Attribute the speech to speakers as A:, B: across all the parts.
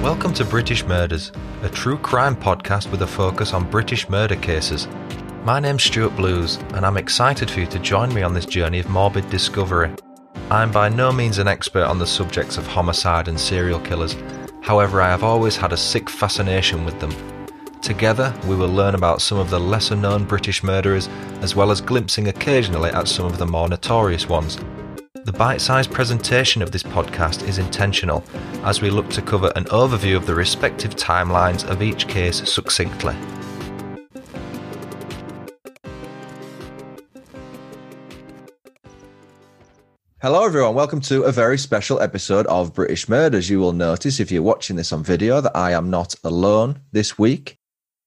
A: Welcome to British Murders, a true crime podcast with a focus on British murder cases. My name's Stuart Blues, and I'm excited for you to join me on this journey of morbid discovery. I'm by no means an expert on the subjects of homicide and serial killers, however, I have always had a sick fascination with them. Together, we will learn about some of the lesser known British murderers, as well as glimpsing occasionally at some of the more notorious ones. The bite sized presentation of this podcast is intentional, as we look to cover an overview of the respective timelines of each case succinctly. Hello, everyone. Welcome to a very special episode of British Murders. You will notice if you're watching this on video that I am not alone this week.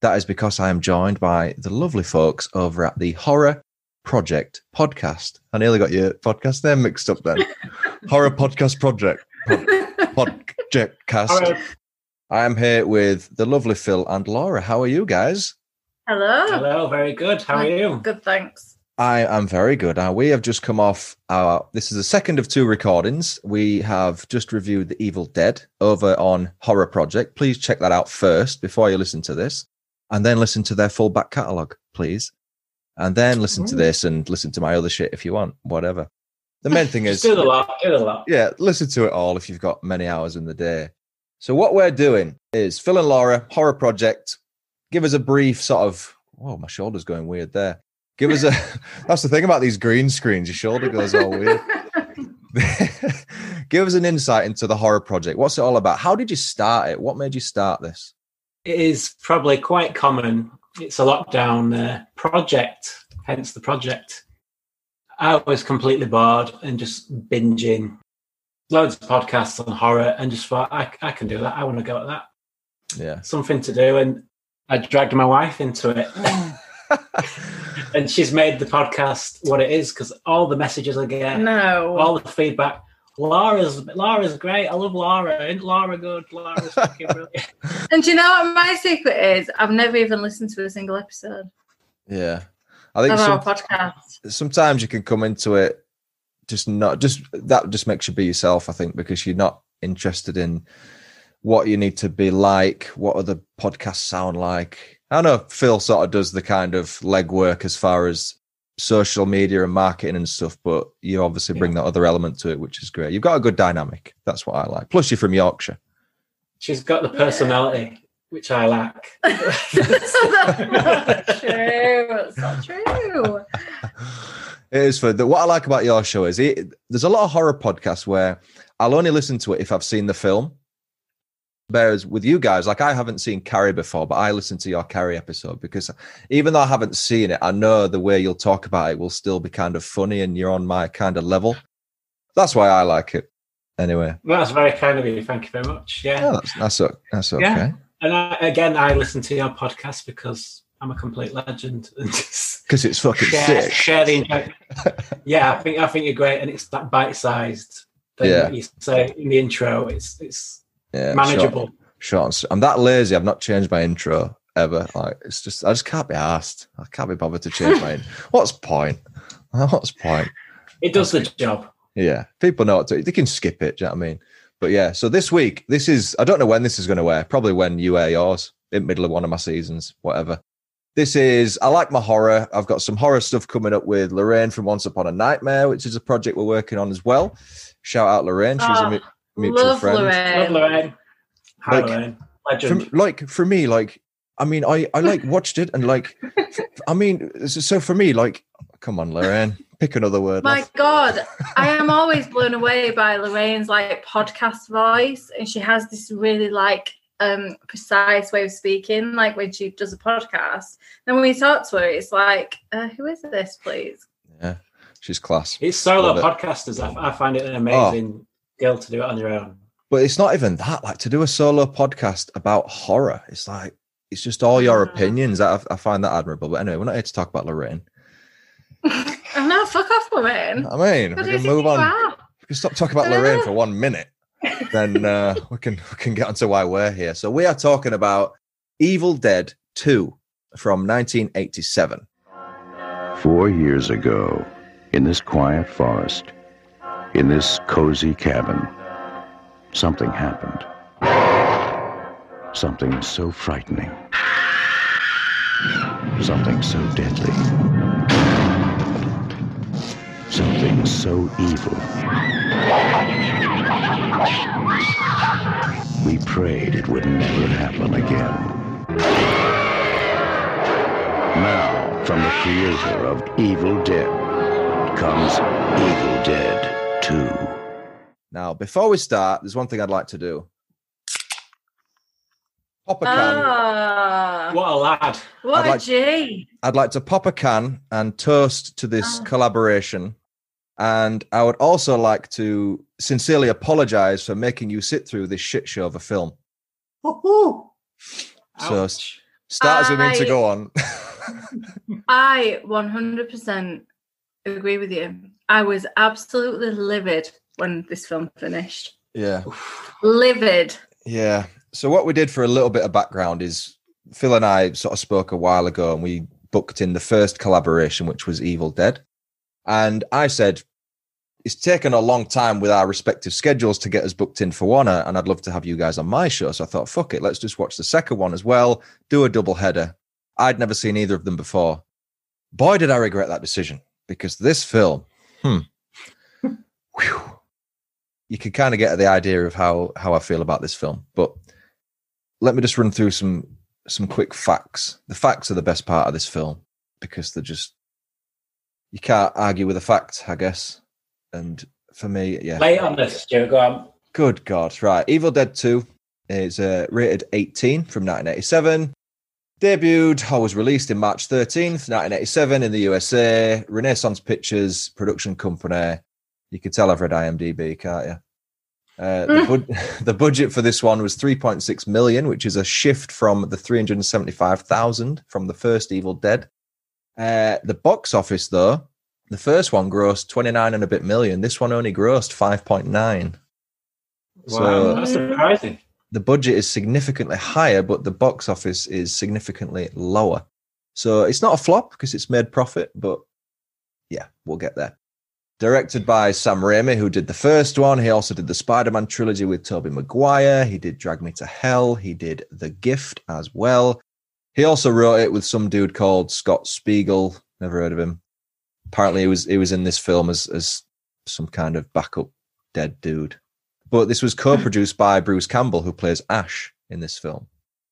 A: That is because I am joined by the lovely folks over at the Horror Project Podcast. I nearly got your podcast name mixed up then. Horror Podcast Project. Pod- Podcast. I am here with the lovely Phil and Laura. How are you guys?
B: Hello.
C: Hello, very good. How are you?
B: Good, thanks.
A: I am very good. Uh, we have just come off our. This is the second of two recordings. We have just reviewed The Evil Dead over on Horror Project. Please check that out first before you listen to this, and then listen to their full back catalogue, please. And then listen to this and listen to my other shit if you want, whatever. The main thing is
C: Just do the lot. Do the lot.
A: yeah, listen to it all if you've got many hours in the day. So what we're doing is Phil and Laura horror project. Give us a brief sort of. Whoa, my shoulder's going weird there. Give us a. that's the thing about these green screens. Your shoulder goes all weird. Give us an insight into the horror project. What's it all about? How did you start it? What made you start this?
C: It is probably quite common. It's a lockdown uh, project, hence the project. I was completely bored and just binging loads of podcasts on horror and just thought, I, I can do that. I want to go at that.
A: Yeah.
C: Something to do. And I dragged my wife into it. and she's made the podcast what it is because all the messages I get,
B: No.
C: all the feedback. Laura's Laura's great. I love Laura. Isn't Laura good? Laura's fucking brilliant.
B: and do you know what my secret is? I've never even listened to a single episode
A: Yeah. I think
B: of
A: some,
B: our podcast.
A: sometimes you can come into it just not just that just makes you be yourself i think because you're not interested in what you need to be like what other podcasts sound like i know phil sort of does the kind of legwork as far as social media and marketing and stuff but you obviously bring that other element to it which is great you've got a good dynamic that's what i like plus you're from yorkshire
C: She's got the personality which I lack.
B: That's not true. That's not true.
A: It is for the, what I like about your show is it, there's a lot of horror podcasts where I'll only listen to it if I've seen the film. Whereas with you guys, like I haven't seen Carrie before, but I listened to your Carrie episode because even though I haven't seen it, I know the way you'll talk about it will still be kind of funny and you're on my kind of level. That's why I like it. Anyway,
C: That's very kind of you. Thank you very much. Yeah.
A: yeah, that's that's, o- that's okay.
C: Yeah. And I, again, I listen to your podcast because I'm a complete legend and just
A: Because it's fucking
C: share,
A: sick.
C: share the. enjoy- Yeah, I think I think you're great, and it's that bite-sized thing
A: Yeah.
C: that you say in the intro. It's it's
A: Yeah, sure.
C: manageable.
A: short and s- I'm that lazy. I've not changed my intro ever. Like it's just I just can't be asked. I can't be bothered to change my. in- What's point? What's point?
C: It does the job.
A: Yeah, people know what to. They can skip it. Do you know what I mean? But yeah, so this week, this is I don't know when this is going to air. Probably when you air yours, in middle of one of my seasons, whatever. This is I like my horror. I've got some horror stuff coming up with Lorraine from Once Upon a Nightmare, which is a project we're working on as well. Shout out Lorraine. She's a
B: Oh,
A: mu- mutual
B: Love
A: friend.
C: Love
B: Lorraine.
C: Lorraine. Hi,
A: Like-
C: Lorraine.
A: for,
C: Legend.
A: like for me like i mean i i like watched it and like f- i mean so so for me like come on lorraine pick another word
B: My
A: off.
B: God, I am always blown away by Lorraine's like podcast voice, and she has this really like um precise way of speaking. Like when she does a podcast, then when we talk to her, it's like, uh, "Who is this, please?"
A: yeah she's class
C: It's solo
A: Love it.
C: podcasters. I, I find it an amazing deal to do it on your own.
A: but it's not even that like to do a solo podcast about horror it's like it's just all your
B: Yeah.
A: opinions I, I find that admirable but anyway we're not here to talk about lorraine
B: Oh no, fuck off, Lorraine.
A: i mean
B: Who
A: we
B: do you
A: can
B: think
A: move
B: you
A: on
B: are?
A: we can stop talking about Lorraine for one minute, then uh, we can we can get onto why we're here. So we are talking about Evil Dead Two from 1987.
D: Four years ago, in this quiet forest, in this cozy cabin, something happened. Something so frightening. Something so deadly. Something so evil. We prayed it would never happen again. Now, from the creator of Evil Dead comes Evil Dead 2.
A: Now, before we start, there's one thing I'd like to do. Pop a can.
B: Oh. Ah,
C: What a lad.
B: what
A: I'd
B: a
A: like-
B: G.
A: I'd like to pop a can and toast to this
B: Ah.
A: collaboration. And I would also like to sincerely apologize for making you sit through this shit show of a film.
C: Woohoo.
A: So-
C: Ouch.
A: Start as we mean to
B: I-
A: go on.
B: I 100% agree with you. I was absolutely livid when this film finished.
A: yeah.
B: Livid.
A: Yeah. So what we did for a little bit of background is Phil and I sort of spoke a while ago and we booked in the first collaboration, which was Evil Dead. And I said, it's taken a long time with our respective schedules to get us booked in for one, uh, and I'd love to have you guys on my show. So I thought, fuck it, let's just watch the second one as well, do a double header. I'd never seen either of them before. Boy, did I regret that decision because this film, hmm, whew, you can kind of get the idea of how how I feel about this film. But let me just run through some some quick facts. The facts are the best part of this film because they're just you can't argue with a fact, I guess. And for me, yeah,
C: Lay it on us, Joe. Go on.
A: Good God. Right. Evil Dead 2 is uh, rated 18 from 1987. Debuted or was released in March 13th, 1987 in the USA. Renaissance Pictures production company. You can tell I've read IMDb, can't you? Uh, the, bud- the budget for this one was 3.6 million, which is a shift from the 375,000 from the first Evil Dead. Uh, the box office, though, the first one grossed 29 and a bit million. This one only grossed 5.9.
C: Wow,
A: So-
C: that's surprising.
A: the budget is significantly higher, but the box office is significantly lower. So it's not a flop because it's made profit, but yeah, we'll get there. Directed by Sam Raimi, who did the first one. He also did the Spider Man trilogy with Tobey Maguire. He did Drag Me to Hell. He did The Gift as well. He also wrote it with some dude called Scott Spiegel. Never heard of him. Apparently, he was he was in this film as as some kind of backup dead dude but this was co-produced by Bruce Campbell, who plays Ash in this film.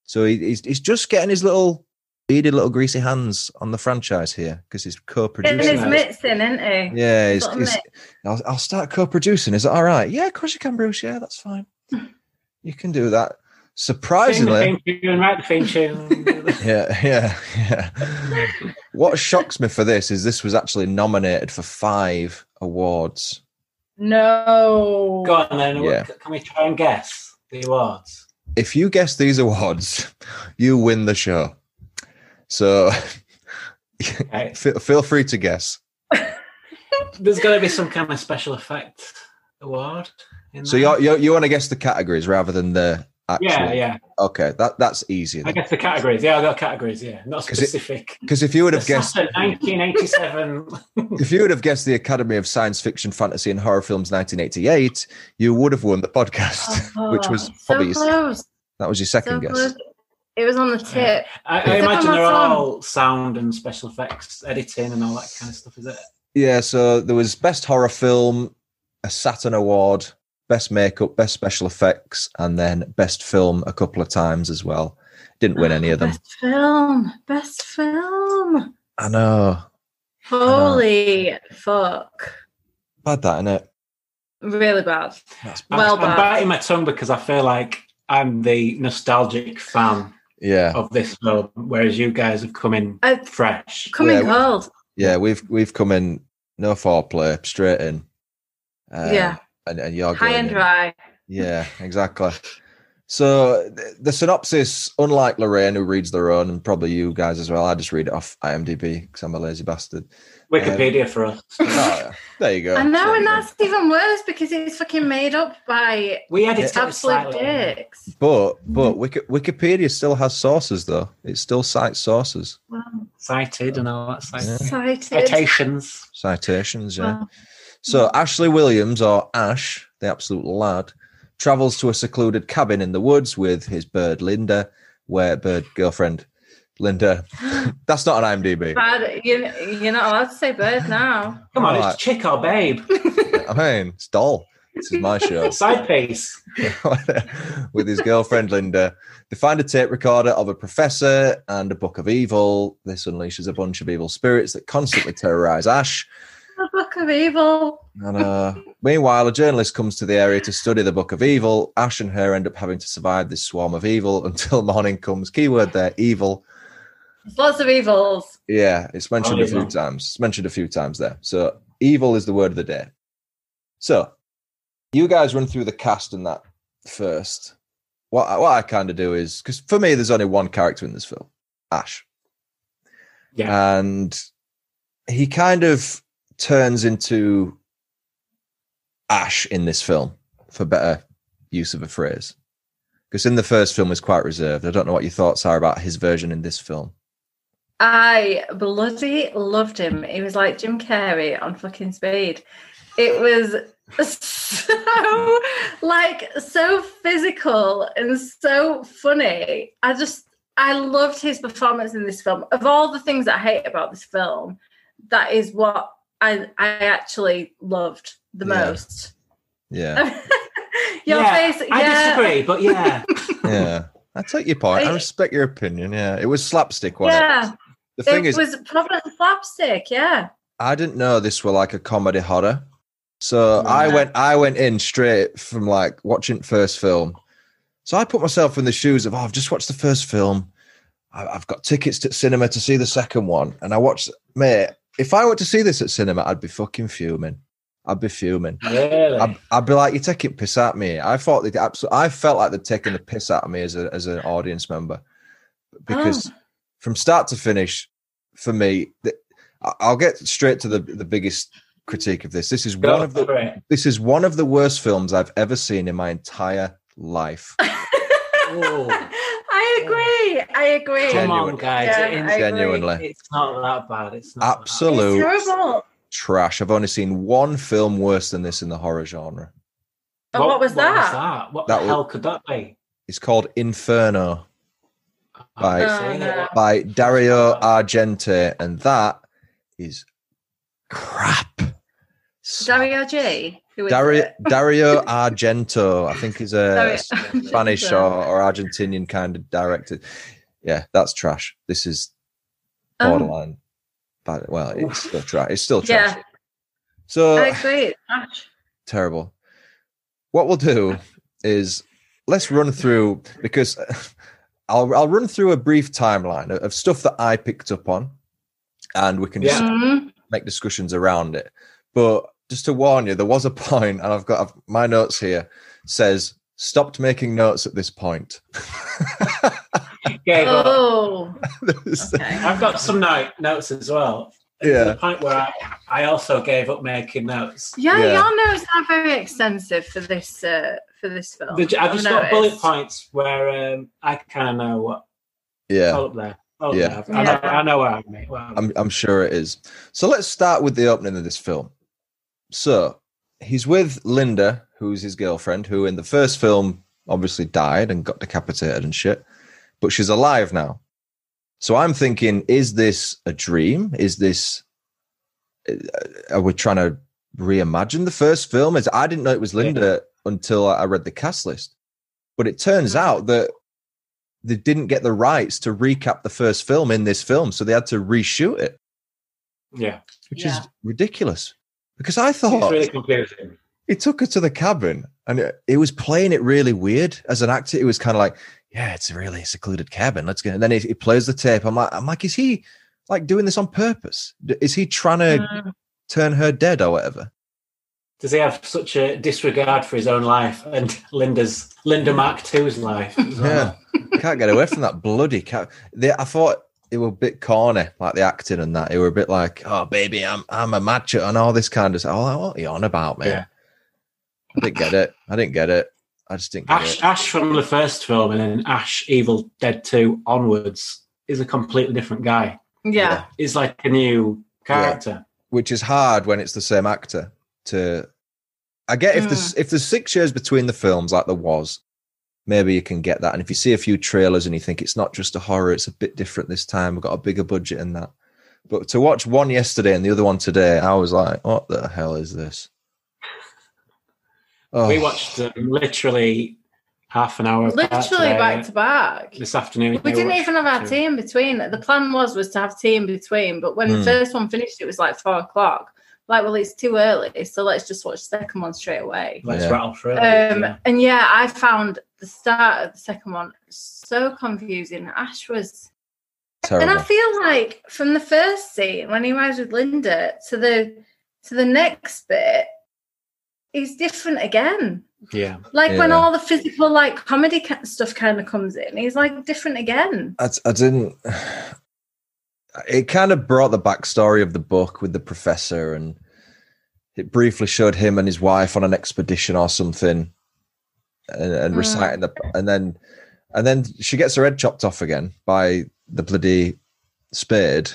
A: So he, he's he's just getting his little beaded little greasy hands on the franchise here because he's
B: In
A: co-producing.
B: his
C: that.
B: mixing, isn't he?
A: yeah, he's,
B: Got a
A: he's- I'll, I'll start co-producing. Is that all right? Yeah, of course you can, Bruce. Yeah, that's fine. You can do that.
C: Sing the
A: Surprisingly,
C: theme tune, write the theme tune.
A: yeah, yeah, yeah. what shocks me for this is this was actually nominated for five awards.
B: No.
C: Go on then.
A: Yeah.
C: Can we try and guess the awards?
A: if you guess these awards, you win the show. So
C: Okay.
A: fe- feel free to guess.
C: There's got to be some kind of special effect award. In
A: So
C: there.
A: you you you want to guess the categories rather than the actual.
C: yeah, yeah.
A: Okay, that that's easier
C: I guess the categories. Yeah, I got categories. Yeah, not
A: 'Cause it-
C: specific.
A: because if you would have guessed
C: Assassin, 1987.
A: if you would have guessed the Academy of Science Fiction, Fantasy, and Horror Films 1988, you would have won the podcast, which was
B: Oh,
A: probably
B: so
A: your-
B: close.
A: that was your
B: So
A: second guess.
B: close. It was on the tip.
C: I, I
B: Is it
C: imagine
B: on
C: they're
B: that song?
C: all sound and special effects, editing, and all that kind of stuff. Is it?
A: Yeah, so there was best horror film, a Saturn Award, best makeup, best special effects, and then best film a couple of times as well. Didn't win any of them.
B: Best film. Best film.
A: I know.
B: Holy fuck.
A: Bad that, innit?
B: Really bad.
C: I'm-
B: Well
C: I'm
B: done.
C: biting my tongue because I feel like I'm the nostalgic fan
A: Yeah.
B: Oh,
C: of this film, whereas you guys have come in
B: I,
C: fresh.
B: coming
A: Yeah, we-
B: cold.
A: Yeah, we've we've come in no foreplay, straight in. Um,
B: Yeah.
A: And, and you're
B: High
A: going
B: and
A: in.
B: dry.
A: Yeah, exactly. So th- the synopsis, unlike Lorraine, who reads their own, and probably you guys as well, I just read it off IMDb because I'm a lazy bastard.
C: Wikipedia for us.
A: Oh, yeah. There you go.
B: I know,
A: There you
B: and
A: go.
B: that's even worse because it's fucking made up by
C: We edit it
B: absolute
C: slightly.
B: dicks.
A: But but
B: Mm-hmm.
A: Wiki, Wikipedia still has sources though. It still cites sources,
B: Wow.
C: cited and all that. Cited.
B: Cited.
C: Citations.
A: citations. Yeah.
B: Wow.
A: So Ashley Williams or Ash, the absolute lad, travels to a secluded cabin in the woods with his bird Linda, where bird girlfriend Linda. That's not an IMDb.
B: Bad. You, you're not allowed to say bird now.
C: Come on,
A: Right.
C: it's chick or babe.
A: I mean, it's dull. This is my show.
C: Side piece.
A: with his girlfriend Linda. They find a tape recorder of a professor and a book of evil. This unleashes a bunch of evil spirits that constantly terrorize Ash.
B: The book of evil.
A: And uh, meanwhile, a journalist comes to the area to study the book of evil. Ash and her end up having to survive this swarm of evil until morning comes. Keyword there, evil.
B: There's lots of evils.
A: Yeah, it's mentioned
C: Oh,
A: a few
C: yeah.
A: times. It's mentioned a few times there. So evil is the word of the day. So you guys run through the cast and that first. What I, what I kind of do is because for me, there's only one character in this film, Ash,
C: Yeah.
A: Uh, and he kind of turns into Ash in this film, for better use of a phrase. Because in the first film, was quite reserved. I don't know what your thoughts are about his version in this film.
B: I bloody loved him. He was like Jim Carrey on fucking speed. It was so like so physical and so funny. I just I loved his performance in this film. Of all the things I hate about this film, that is what I I actually loved the
A: Yeah.
B: most.
A: Yeah.
B: Your
C: Yeah,
B: face,
C: I
B: yeah.
C: disagree, but yeah.
A: yeah, I take your point. I
B: I-
A: respect your opinion. Yeah, it was slapstick, wasn't
B: Yeah,
A: it? The thing
B: it
A: is,
B: was proper slapstick. Yeah,
A: I didn't know this were like a comedy horror, so I
B: Yeah.
A: went, I went in straight from like watching first film. So I put myself in the shoes of, oh, I've just watched the first film. I- I've got tickets to cinema to see the second one, and I watched, mate. If I went to see this at cinema, I'd be fucking fuming. I'd be fuming.
C: Really?
A: I'd, I'd be like, "You're taking piss at me." I thought they absolutely. I felt like they're taking the piss out of me as a, as an audience member
B: Oh.
A: because from start to finish, for me, th- I- I'll get straight to the the biggest critique of this. This is
C: Go
A: one of the
C: for it.
A: this is one of the worst films I've ever seen in my entire life.
C: Ooh.
B: I agree. I agree.
C: Come
A: Genuine.
C: on, guys.
B: Yeah,
C: It-
B: I agree.
A: Genuinely
C: it's not that bad. It's not that
A: Absolute Hello.
B: It's terrible.
A: trash. I've only seen one film worse than this in the horror genre.
C: bad.
B: And what was that?
C: What
A: That
C: the
A: was-
C: hell could that be?
A: It's called Inferno Right.
C: I've seen it.
B: Oh, no.
A: by Dario Argento, and that is crap. So
B: Dario G. Who is
A: Dario,
B: it?
A: Dario Argento, I think is a
B: Dario-
A: Spanish or, or Argentinian kind of director. Yeah, that's trash. This is
B: Um,
A: borderline. But well, it's still trash. It's still trash.
B: yeah,
A: So
B: I agree. It's trash.
A: terrible. What we'll do is let's run through because I'll I'll run through a brief timeline of, of stuff that I picked up on, and we can just
C: Yeah.
B: Mhm.
A: make discussions around it. But just to warn you, there was a point, and I've got I've, my notes here says stopped making notes at this point.
C: Gave up.
B: Oh, okay.
C: I've got some note, notes as well.
A: Yeah.
C: To the point where I, I also gave up making notes.
B: Yeah,
A: Yeah.
B: your notes are very extensive for this uh, for this film.
C: The, I've just
B: noticed.
C: got bullet points where um, I kind of know what.
A: yeah,
C: All up there. All
A: Yeah.
C: up there. I, know,
B: Yeah.
C: I know where I'm. Mate. Where I'm.
A: I'm I'm sure it is. So let's start with the opening of this film. So he's with Linda, who's his girlfriend, who in the first film obviously died and got decapitated and shit, but she's alive now. So I'm thinking, is this a dream? Is this uh, are we trying to reimagine the first film? Is I didn't know it was Linda until I read the cast list, but it turns out that they didn't get the rights to recap the first film in this film, so they had to reshoot it,
C: yeah.
A: which
B: Yeah.
A: is ridiculous. Because I
C: It's
A: thought
C: really confusing.
A: he took her to the cabin and it, he was playing it really weird as an actor. It was kind of like, yeah, it's a really secluded cabin. Let's go. And then he, he plays the tape. I'm like, I'm like, is he like doing this on purpose? D- Is he trying to
B: Mm.
A: turn her dead or whatever?
C: Does he have such a disregard for his own life and Linda's Linda Mark II's life? as well?
A: Can't get away from that bloody cat. They, I thought it were a bit corny, like the acting and that. It were a bit like, oh baby, I'm I'm a macho and all this kind of stuff. Oh, what are you on about, man?
C: Yeah.
A: I didn't get it. I didn't get it. I just didn't get
C: Ash,
A: it.
C: Ash from the first film and then Ash Evil Dead 2 onwards is a completely different guy.
B: Yeah,
C: He's like a new character.
A: Which is hard when it's the same actor to I get if
B: Mm.
A: there's if there's six years between the films, like there was, maybe you can get that. And if you see a few trailers and you think it's not just a horror, it's a bit different this time. We've got a bigger budget and that. But to watch one yesterday and the other one today, I was like, what the hell is this? Oh,
C: We watched um, literally half an hour. apart
B: Literally
C: today,
B: back to back.
C: this afternoon.
B: We didn't
C: watched
B: even have our
C: two.
B: tea in between. The plan was was to have tea in between, but when
A: Hmm.
B: the first one finished, it was like four o'clock. Like, well, it's too early, so let's just watch the second one straight away.
C: Let's
A: Yeah.
C: rattle through. it,
B: Um,
C: yeah.
B: And yeah, I found the start of the second one so confusing. Ash was
A: terrible.
B: And I feel like from the first scene when he was with Linda to the to the next bit, he's different again.
C: yeah.
B: Like when
A: Yeah.
B: all the physical like comedy ca- stuff kind of comes in, he's like different again.
A: I, I didn't. It kind of brought the backstory of the book with the professor, and it briefly showed him and his wife on an expedition or something, and, and
B: Mm.
A: reciting the, and then, and then she gets her head chopped off again by the bloody spade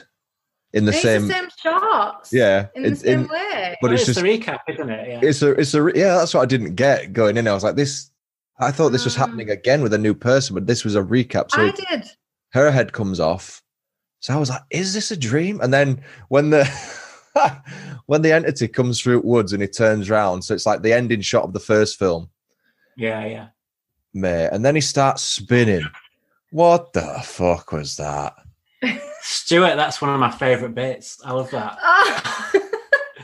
A: in the
B: It's
A: same,
B: the same shots.
A: yeah,
B: In the
A: it's-
B: same
A: in-
B: way.
A: but
C: Well,
A: it's
C: it's,
A: just
C: the recap, isn't it? Yeah.
A: it's a it's a re- yeah that's what i didn't get going in i was like this i thought this was
B: Mm.
A: happening again with a new person but this was a recap so
B: I
A: it-
B: did.
A: her head comes off. So I was like, is this a dream? And then when the when the entity comes through woods and he turns round, so it's like the ending shot of the first film,
C: yeah, yeah.
A: mate. And then he starts spinning. What the fuck was that?
C: Stuart, that's one of my favourite bits. I love that.
B: Oh.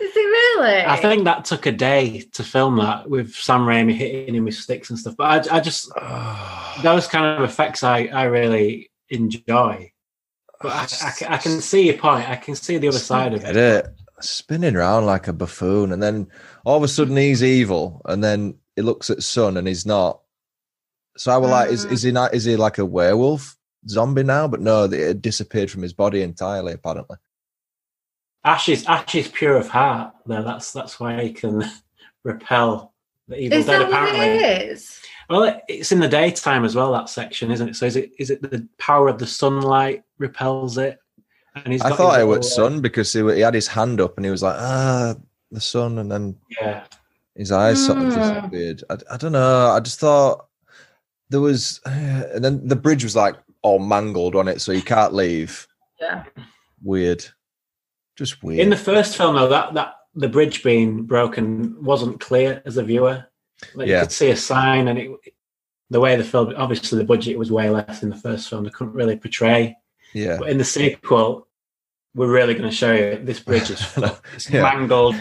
B: Is he really?
C: I think that took a day to film that with Sam Raimi hitting him with sticks and stuff. But I, I just those kind of effects I, I really enjoy. But I, I c- I can see your point. I can see the other side of
A: Get
C: it.
A: it. Spinning round like a buffoon, and then all of a sudden he's evil, and then he looks at Sun and he's not. So I was like, is,
B: Mhm.
A: is he not? Is he like a werewolf zombie now? But no, it had disappeared from his body entirely, apparently.
C: Ash is Ash is pure of heart. Though that's that's why he can repel the evil
B: is
C: dead.
B: that what
C: Apparently,
B: it is?
C: well, it- it's in the daytime as well. That section, isn't it? So is it is it the power of the sunlight repels it? And he's
A: I
C: got
A: thought
C: his
A: it was
C: little, uh,
A: sun because he, wa- he had his hand up and he was like, ah, the sun, and then
C: uh, Yeah,
A: his eyes sort of
B: Mm.
A: disappeared. I, I don't know. I just thought there was, and then the bridge was like all mangled on it, so you can't leave.
B: Yeah.
A: Weird, just weird.
C: in the first film though, that that the bridge being broken wasn't clear as a viewer. Like
A: Yeah.
C: you could see a sign, and it the way the film obviously the budget was way less in the first film. They couldn't really portray.
A: yeah,
C: But in the sequel, we're really going to show you this bridge is it's
A: Yeah.
C: mangled.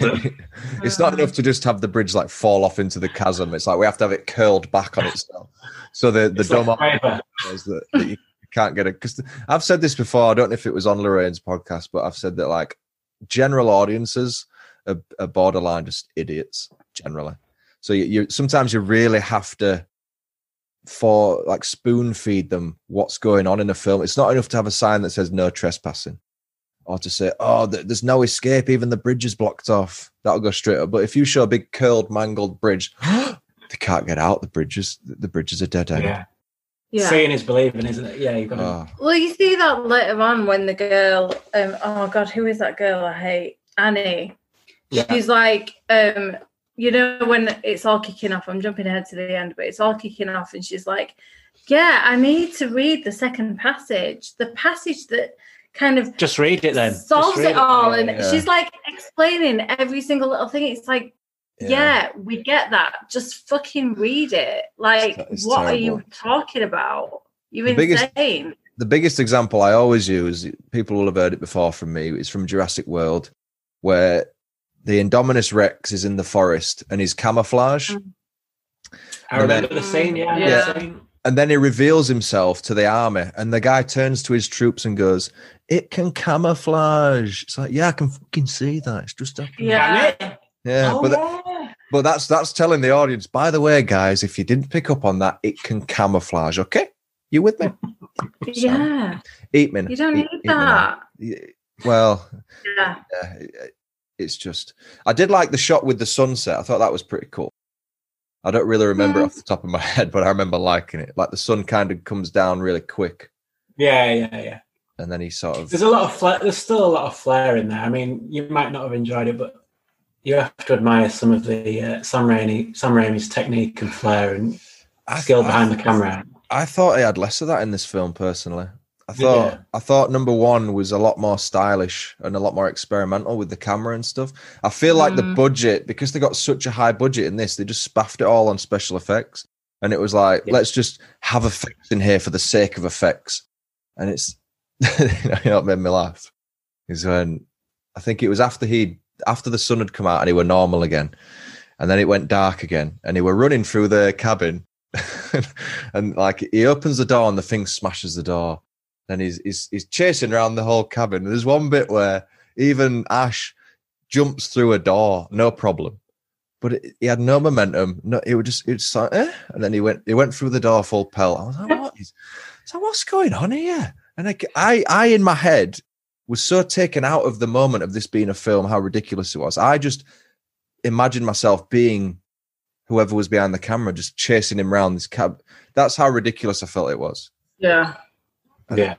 A: it's not enough to just have the bridge like fall off into the chasm. It's like we have to have it curled back on itself. So the the
C: It's like
A: dome
C: fibre.
A: is that, that you can't get it because I've said this before. I don't know if it was on Lorraine's podcast, but I've said that like general audiences are, are borderline just idiots generally. So you, you sometimes you really have to for like spoon feed them what's going on in a film. It's not enough to have a sign that says no trespassing. Or to say, oh, th- there's no escape. Even the bridge is blocked off. That'll go straight up. But if you show a big curled, mangled bridge, they can't get out. The bridges, the bridges are dead end.
C: Yeah.
B: Yeah.
C: seeing is believing, isn't it? Yeah, you've got to
A: Oh.
B: Well, you see that later on when the girl, um, oh god, who is that girl I hate? Annie.
C: Yeah.
B: She's like, um, you know, when it's all kicking off, I'm jumping ahead to the end, but it's all kicking off, and she's like, yeah, I need to read the second passage, the passage that kind of
C: just read it then. Just
B: solves
C: read
B: it all, and
A: yeah.
B: she's like explaining every single little thing. It's like, yeah. we get that. Just fucking read it. Like,
A: It's
B: what are
A: terrible.
B: you talking about? You're
A: The biggest-
B: insane.
A: the biggest example I always use, people will have heard it before from me, is from Jurassic World, where the Indominus Rex is in the forest and he's camouflage,
B: Mm.
C: I remember the scene. Yeah,
B: Yeah.
C: The scene.
A: and then he reveals himself to the army, and the guy turns to his troops and goes, "It can camouflage." It's like, yeah, I can fucking see that. It's just happening.
B: Yeah.
C: Damn it.
A: yeah.
C: Oh,
A: but
C: yeah.
A: but that's that's telling the audience. By the way, guys, if you didn't pick up on that, it can camouflage. Okay, you with me? So,
B: Yeah,
A: eat me.
B: you don't need
A: Eat- eat me now.
B: that.
A: Y- Well.
B: Yeah,
A: yeah, it- it- it's just. I did like the shot with the sunset. I thought that was pretty cool. I don't really remember it off the top of my head, but I remember liking it. Like the sun kind of comes down really quick,
C: yeah, yeah, yeah.
A: and then he sort of.
C: There's a lot of flair. There's still a lot of flair in there. I mean, you might not have enjoyed it, but you have to admire some of the uh, Sam Raimi, Sam Raimi's technique and flair and
A: I
C: skill
A: th-
C: behind
A: I,
C: the camera.
A: I thought he had less of that in this film, personally. I
C: Did
A: thought
C: ya?
A: I thought number one was a lot more stylish and a lot more experimental with the camera and stuff. I feel like the
B: Mm.
A: budget, because they got such a high budget in this, they just spaffed it all on special effects. And it was like,
C: Yeah.
A: let's just have effects in here for the sake of effects. And it's you know what made me laugh. Is when I think it was after he after the sun had come out and he were normal again. And then it went dark again. And he were running through the cabin. and like he opens the door and the thing smashes the door. Then he's he's he's chasing around the whole cabin. And there's one bit where even Ash jumps through a door, no problem. But it, he had no momentum. No, it would just it was just like, eh? and then he went he went through the door full pelt. I was like, what is? So what's going on here? And I, c- I I in my head was so taken out of the moment of this being a film, how ridiculous it was. I just imagined myself being whoever was behind the camera, just chasing him around this cab. That's how ridiculous I felt it was.
B: Yeah.
C: Yeah,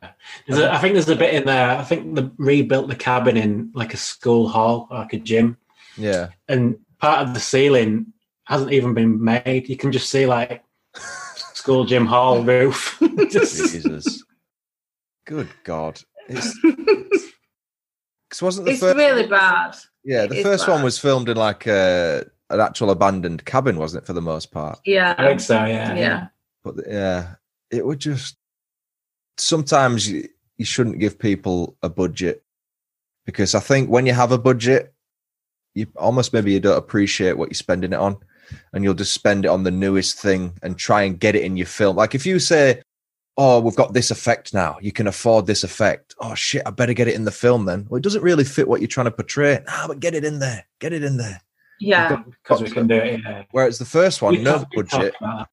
C: there's a, I think there's a bit in there. I think they rebuilt the cabin in like a school hall, like a gym,
A: Yeah.
C: and part of the ceiling hasn't even been made. You can just see like school gym hall roof. Just-
A: Jesus. Good God. It's,
B: it's
A: cause wasn't the first,
B: really bad.
A: yeah, the
B: it's
A: first one
B: bad.
A: was filmed in like a, an actual abandoned cabin, wasn't it, for the most part?
C: I
B: Yeah.
C: think so. Yeah.
B: Yeah.
A: But yeah, it would just sometimes you, you shouldn't give people a budget because I think when you have a budget, you almost maybe you don't appreciate what you're spending it on, and you'll just spend it on the newest thing and try and get it in your film. Like if you say, "Oh, we've got this effect now. You can afford this effect." Oh shit, I better get it in the film then. Well, it doesn't really fit what you're trying to portray. Ah, but get it in there. Get it in there.
B: Yeah.
C: Because we can do it. Yeah.
A: Whereas the first
C: We
A: one, no
C: talked- we talked
A: budget.
C: about that.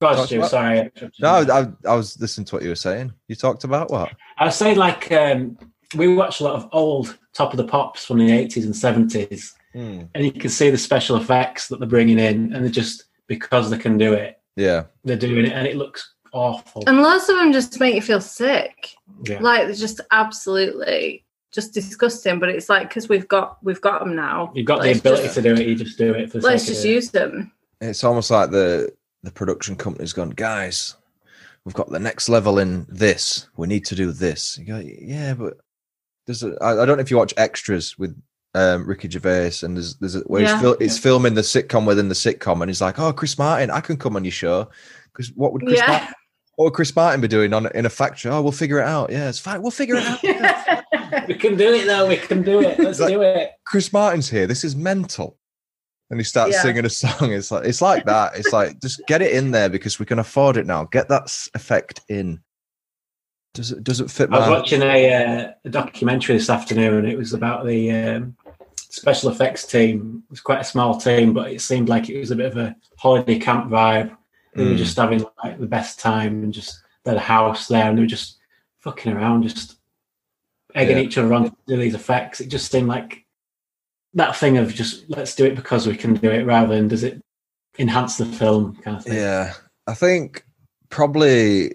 C: Go on,
A: Talked
C: Stu,
A: about-
C: sorry. I interrupted you.
A: No, I, I was listening to what you were saying. You talked about what?
C: I would say like um, we watch a lot of old Top of the Pops from the eighties and seventies,
A: Hmm.
C: and you can see the special effects that they're bringing in, and they're just because they can do it,
A: Yeah.
C: they're doing it, and it looks awful.
B: And lots of them just make you feel sick.
C: yeah.
B: Like they're just absolutely just disgusting. But it's like because we've got we've got them now.
C: You've got the
B: Let's
C: ability
B: just-
C: to do it, you just do it for the
B: Let's
C: sake
B: just
C: of it.
B: use them.
A: It's almost like the the production company's gone, guys. We've got the next level in this. We need to do this. You go, yeah, but there's a. I, I don't know if you watch extras with um, Ricky Gervais, and there's there's a, where he's,
B: Yeah.
A: fil- he's filming the sitcom within the sitcom, and he's like, oh, Chris Martin, I can come on your show. Because what would Chris Martin
B: Yeah.
A: what would Chris Martin be doing on in a factory? Oh, we'll figure it out. Yeah, it's fine. We'll figure it out. Yeah.
C: We can do it though, we can do it. Let's
A: Like-
C: do it.
A: Chris Martin's here. This is mental. And he starts
B: Yeah.
A: singing a song. It's like it's like that. It's like just get it in there because we can afford it now. Get that s- effect in. Does it doesn't fit
C: I was
A: my
C: watching a, uh, a documentary this afternoon, and it was about the um, special effects team. It was quite a small team, but it seemed like it was a bit of a holiday camp vibe. They were
A: Mm.
C: just having like the best time, and just they had a house there, and they were just fucking around, just egging
A: Yeah.
C: each other on to do these effects. It just seemed like that thing of just let's do it because we can do it, rather than does it enhance the film kind of thing.
A: Yeah. I think probably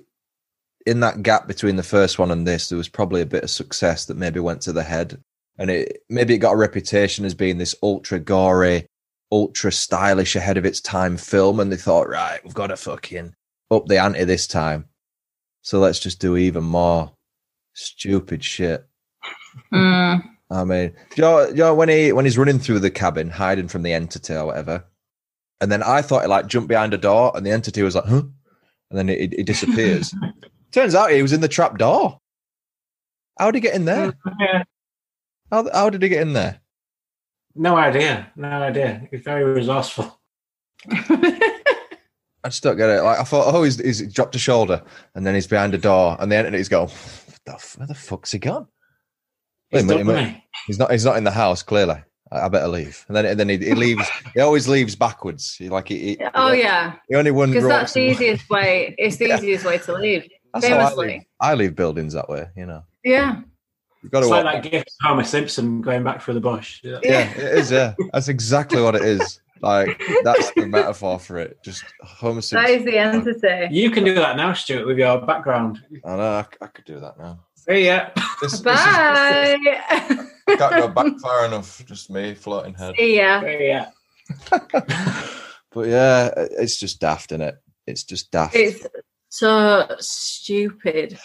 A: in that gap between the first one and this, there was probably a bit of success that maybe went to the head. And it maybe it got a reputation as being this ultra gory, ultra stylish ahead of its time film. And they thought, right, we've got to fucking up the ante this time. So let's just do even more stupid shit.
B: Mm.
A: I mean, you know, you know when he when he's running through the cabin, hiding from the entity or whatever, and then I thought he like jumped behind a door, and the entity was like, "Huh," and then it, it disappears. Turns out he was in the trap door. How did he get in there?
C: Oh, Yeah.
A: How, how did he get in there?
C: No idea. No idea. It was very resourceful.
A: I just don't get it. Like I thought, oh, he's, he's dropped a shoulder, and then he's behind a door, and the entity's going, what the, f- "Where the fuck's he gone?" Wait a
C: It's
A: minute,
C: done,
A: wait a
C: mate.
A: He's not. He's not in the house. Clearly, I, I better leave. And then, and then he, he leaves. he always leaves backwards. He, like he, he-
B: oh yeah,
A: he only one.
B: because that's the
A: walks-
B: easiest way. It's the
A: Yeah.
B: easiest way to leave.
A: That's how I
B: Famously.
A: leave, I leave buildings that way, you know.
B: Yeah.
A: You've got to
C: It's like
A: walk.
C: that gift of Homer Simpson going back through the bush. Yeah.
A: yeah, it is. Yeah, that's exactly what it is. Like that's the metaphor for it. Just Homer
B: That
A: Simpson.
B: is the entity.
C: You can do that now, Stuart, with your background.
A: I know. I, c- I could do that now.
C: See ya.
A: This, this is-
B: Bye.
E: Can't go back far enough. Just me floating head.
B: See ya.
C: yeah.
A: But yeah, it's just daft, is it? It's just daft.
B: It's so stupid.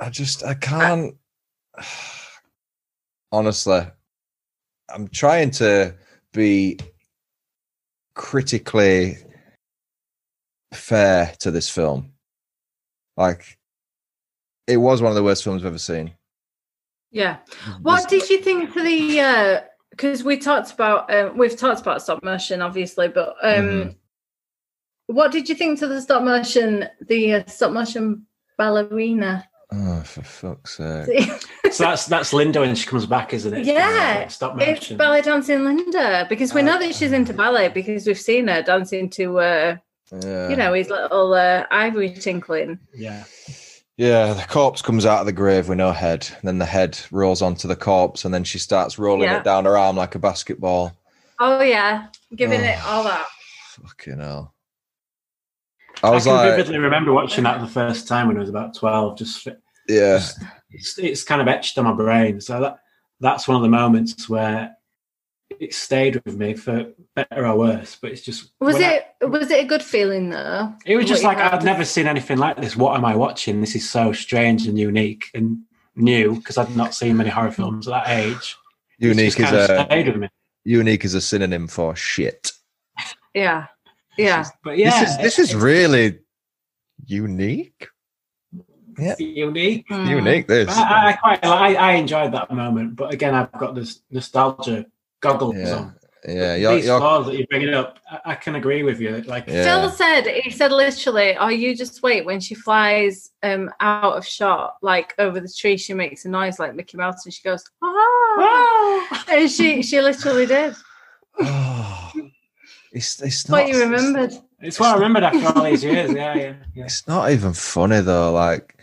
A: I just I can't. Honestly, I'm trying to be critically fair to this film. Like, it was one of the worst films I've ever seen.
B: Yeah. What
A: There's-
B: did you think for the? Because we talked about um, we've talked about stop motion, obviously, but um,
C: Mm-hmm.
A: Mhm.
B: what did you think to the stop motion? The uh, stop motion ballerina.
A: Oh, for fuck's sake!
B: it's
C: So that's that's Linda when she comes back, isn't it? uh,
B: Yeah.
C: Stop motion.
B: ballet dancing Linda because we know
A: Uh,
B: that she's into ballet because we've seen her dancing to uh,
A: Yeah.
B: you know his little uh, ivory tinkling.
C: yeah.
A: Yeah, the corpse comes out of the grave with no head. Then the head rolls onto the corpse, and then she starts rolling
B: Yeah.
A: it down her arm like a basketball.
B: Oh yeah, giving
C: Uh.
B: it
A: Oh.
B: all that.
A: Fucking hell! I
C: I,
A: was
C: can
A: like,
C: vividly remember watching that the first time when I was about twelve. Just
A: yeah,
C: just- it's, it's kind of etched on my brain. So that that's one of the moments where it stayed with me for better or worse. But it's just
B: Was
C: when I-
B: it was it a good feeling though?
C: it was just
B: what
C: like
B: you
C: I'd
B: had?
C: never seen anything like this. What am I watching? This is so strange and unique and new because I'd not seen many horror films at that age. It's
A: unique
C: just
A: is
C: kind of
A: a
C: stayed with me.
A: unique is a synonym for shit.
B: Yeah, yeah.
C: But yeah,
A: this is this is really unique.
C: it's unique.
B: Mm.
A: Unique. This.
C: I, I quite I, I enjoyed that moment, but again, I've got this nostalgia goggles
A: Yeah,
C: on.
A: Yeah,
C: But
A: you're,
C: these
A: you're,
C: flaws that you're bringing up, I, I can agree with you. Like,
A: Yeah.
B: Phil said he said literally, "Oh, you just wait when she flies um out of shot, like over the tree, she makes a noise like Mickey Mouse, and she goes, ah.
C: oh,
B: and she she literally did.
A: oh, it's it's
B: That's what
A: not
B: you remembered.
C: it's what I remembered after all these years. Yeah, yeah, yeah.
A: It's not even funny though. Like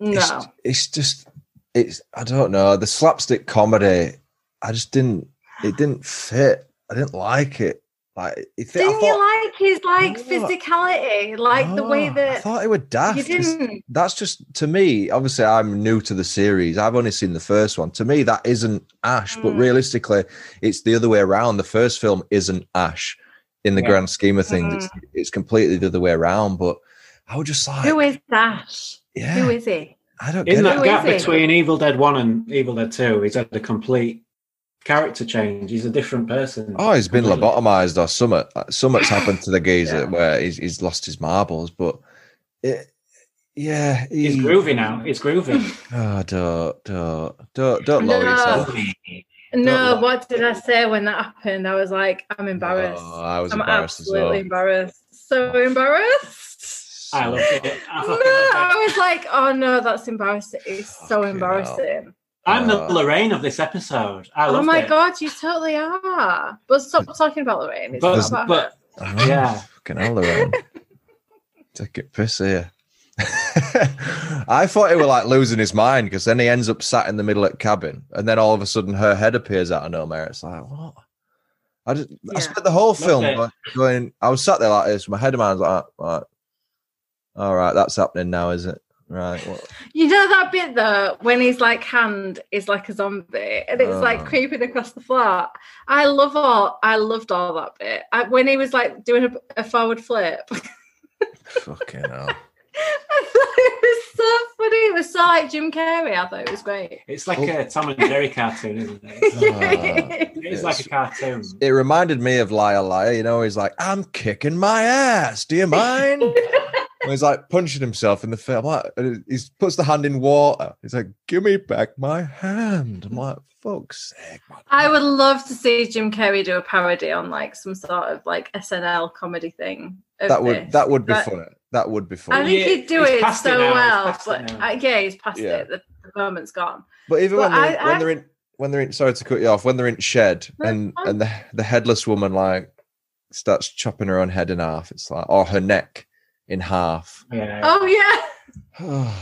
A: it's,
B: No,
A: it's just it's I don't know the slapstick comedy. I just didn't it didn't fit. I didn't like it. Like it fit,
B: didn't
A: I
B: you
A: thought,
B: like his like
A: No.
B: physicality, like the way
A: No, I
B: that
A: thought it were daft.
B: you
A: 'cause
B: didn't?
A: That's just to me. Obviously, I'm new to the series. I've only seen the first one. To me, that isn't Ash. But
B: Mm.
A: realistically, it's the other way around. The first film isn't Ash. In the
C: Yeah.
A: grand scheme of things, it's, it's completely the other way around. But I was just like,
B: Hmm. Who is Dash?
A: yeah,
B: Who is he?
A: I don't get
C: In
A: it.
C: that
B: Who
C: gap
B: is it?
C: between Evil Dead One and Evil Dead Two, he's had a complete character change. He's a different person.
A: Oh, he's
B: Hmm.
A: been
C: Completely.
A: lobotomized or something. uh, Something's happened to the geezer
C: Yeah.
A: where he's, he's lost his marbles. But it, yeah,
C: He's
A: he-
C: groovy now. He's groovy.
A: Oh, don't, don't, don't, don't lower
B: No.
A: yourself.
B: No,
A: like-
B: what did I say when that happened? I was like, I'm embarrassed.
A: Oh, I was
B: I'm
A: embarrassed as
B: absolutely
A: well.
B: embarrassed. So embarrassed.
C: I loved it. I
B: No,
C: fucking loved it.
B: I was like, oh no, that's embarrassing. It's so
A: Fucking
B: embarrassing.
C: I'm the
A: Uh,
C: Lorraine of this episode. I
B: Oh
C: love
B: my
C: it.
B: god, you totally are. But stop talking about Lorraine. It's
C: But-
B: not about
C: but-
B: her.
A: Oh,
C: Yeah.
A: Fucking hell, Lorraine. Take it piss here. I thought he were like losing his mind because then he ends up sat in the middle at cabin, and then all of a sudden her head appears out of nowhere. It's like what? I just I
B: Yeah.
A: spent the whole film
C: it.
A: going, going. I was sat there like this, with my head in my hands like, that, like, all right, that's happening now, is it? Right. What?
B: you know that bit though when his like hand is like a zombie and it's
A: Oh.
B: like creeping across the flat. I love all I loved all that bit. I, when he was like doing a, a forward flip.
A: Fucking hell.
B: I thought it was so funny. It was so like Jim Carrey. I thought it was great.
C: It's like
A: Oh.
C: a Tom and Jerry cartoon, isn't it?
A: Yes.
C: It's like a cartoon.
A: It reminded me of Liar Liar. You know, he's like, I'm kicking my ass. Do you mind? And he's like punching himself in the face. I'm like, and he puts the hand in water. He's like, give me back my hand. I'm like, fuck's sake. man."
B: I would love to see Jim Carrey do a parody on like some sort of like SNL comedy thing. of
A: that would
B: this.
A: that would be
B: But
A: funny. That would be funny.
B: I think
C: Yeah,
B: he'd do
C: he's
B: it
C: past it
B: so
C: now, he's
B: well,
C: past it
B: but
C: now.
B: uh, yeah, he's past
A: Yeah.
B: it. The, the moment's gone.
A: But even
B: But
A: when, they're,
B: I-
A: when
B: I-
A: they're in when they're in sorry to cut you off when they're in shed
B: No, it's
A: and
B: fine.
A: and the the headless woman like starts chopping her own head in half. It's like or her neck in half.
C: Yeah.
B: Oh yeah,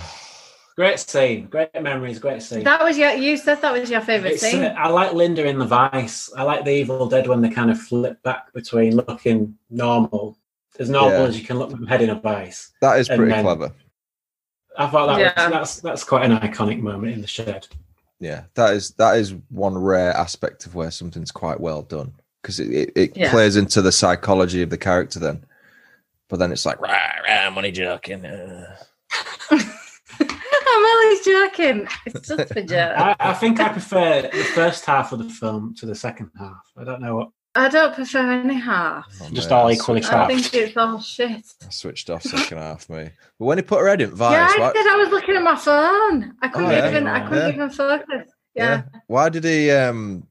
C: Great scene. Great memories. Great scene.
B: that was your. You said that was your favorite
C: It's, uh,
B: scene.
C: I like Linda in The Vice. I like The Evil Dead when they kind of flip back between looking normal, as normal
A: Yeah.
C: as you can look from head in a vice.
A: that is
C: And
A: pretty
C: then-
A: clever.
C: I thought that
B: Yeah.
C: was, that's that's quite an iconic moment in the shed.
A: yeah, that is that is one rare aspect of where something's quite well done because it, it, it
B: Yeah.
A: plays into the psychology of the character then. But then it's like, rah, rah, money joking. Uh.
B: I'm always joking. It's just for joke.
C: I, I think I prefer the first half of the film to the second half. I don't know what.
B: I don't prefer any half.
A: Oh,
C: Just
A: mate,
C: all
A: I
C: equally
A: switched-
B: I
C: crap.
B: think it's all shit.
A: I switched off second half, me. But when he put her head in
B: yeah,
A: vice,
B: I
A: why,
B: said I was looking at my phone. I couldn't
A: Oh, yeah.
B: even. I couldn't
A: Yeah.
B: even focus. Yeah.
A: yeah. why did he um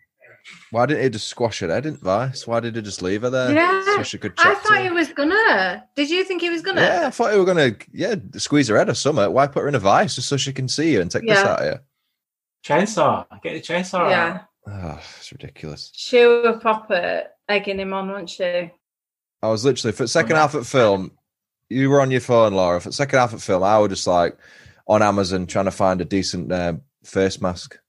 A: why didn't he just squash her head in vice? Why did he just leave her there?
B: Yeah.
A: So she could
B: I
A: chat to
B: thought he
A: him?
B: was gonna. Did you think he was gonna?
A: Yeah, I thought we were gonna yeah, squeeze her head or something. Why put her in a vice just so she can see you and take this
B: Yeah.
A: out of you?
C: Chainsaw. Get the chainsaw
B: Yeah.
C: out.
A: Oh, it's ridiculous.
B: She were proper egging him on, wasn't she?
A: I was literally for the second half of film, you were on your phone, Laura. For the second half of film, I was just like on Amazon trying to find a decent uh, face mask.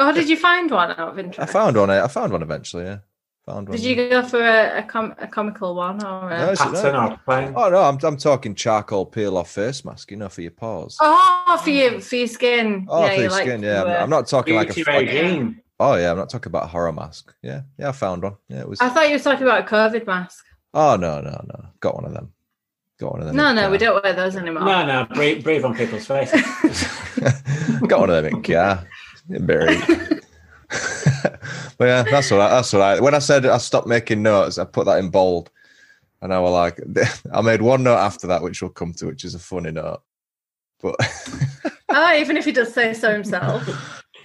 B: Or did you find one out of interest?
A: I found one. uh, I found one eventually. Yeah, found one.
B: Did you go for a, a, com- a comical one or? A...
A: No, it's-
C: Pattern or plane.
A: Oh no, I'm I'm talking charcoal peel off face mask. You know, for your paws.
B: Oh, for your for your skin.
A: Oh,
B: yeah,
A: for
B: you
A: your
B: like
A: skin.
B: to,
A: Yeah, I'm,
B: uh,
A: I'm not talking like a.
C: Beauty
A: like-
C: regime.
A: oh yeah, I'm not talking about a horror mask. Yeah, yeah, I found one. Yeah, it was.
B: I thought you were talking about a COVID mask.
A: oh no, no, no, got one of them. Got one of them.
B: No,
A: in
B: no, we
A: car.
B: don't wear those anymore.
C: No, no, breathe, breathe on people's faces.
A: got one of them in car. Very. but yeah, that's all right. That's all right. When I said I stopped making notes, I put that in bold, and I were like, I made one note after that, which we'll come to, which is a funny note. But
B: oh, even if he does say so himself.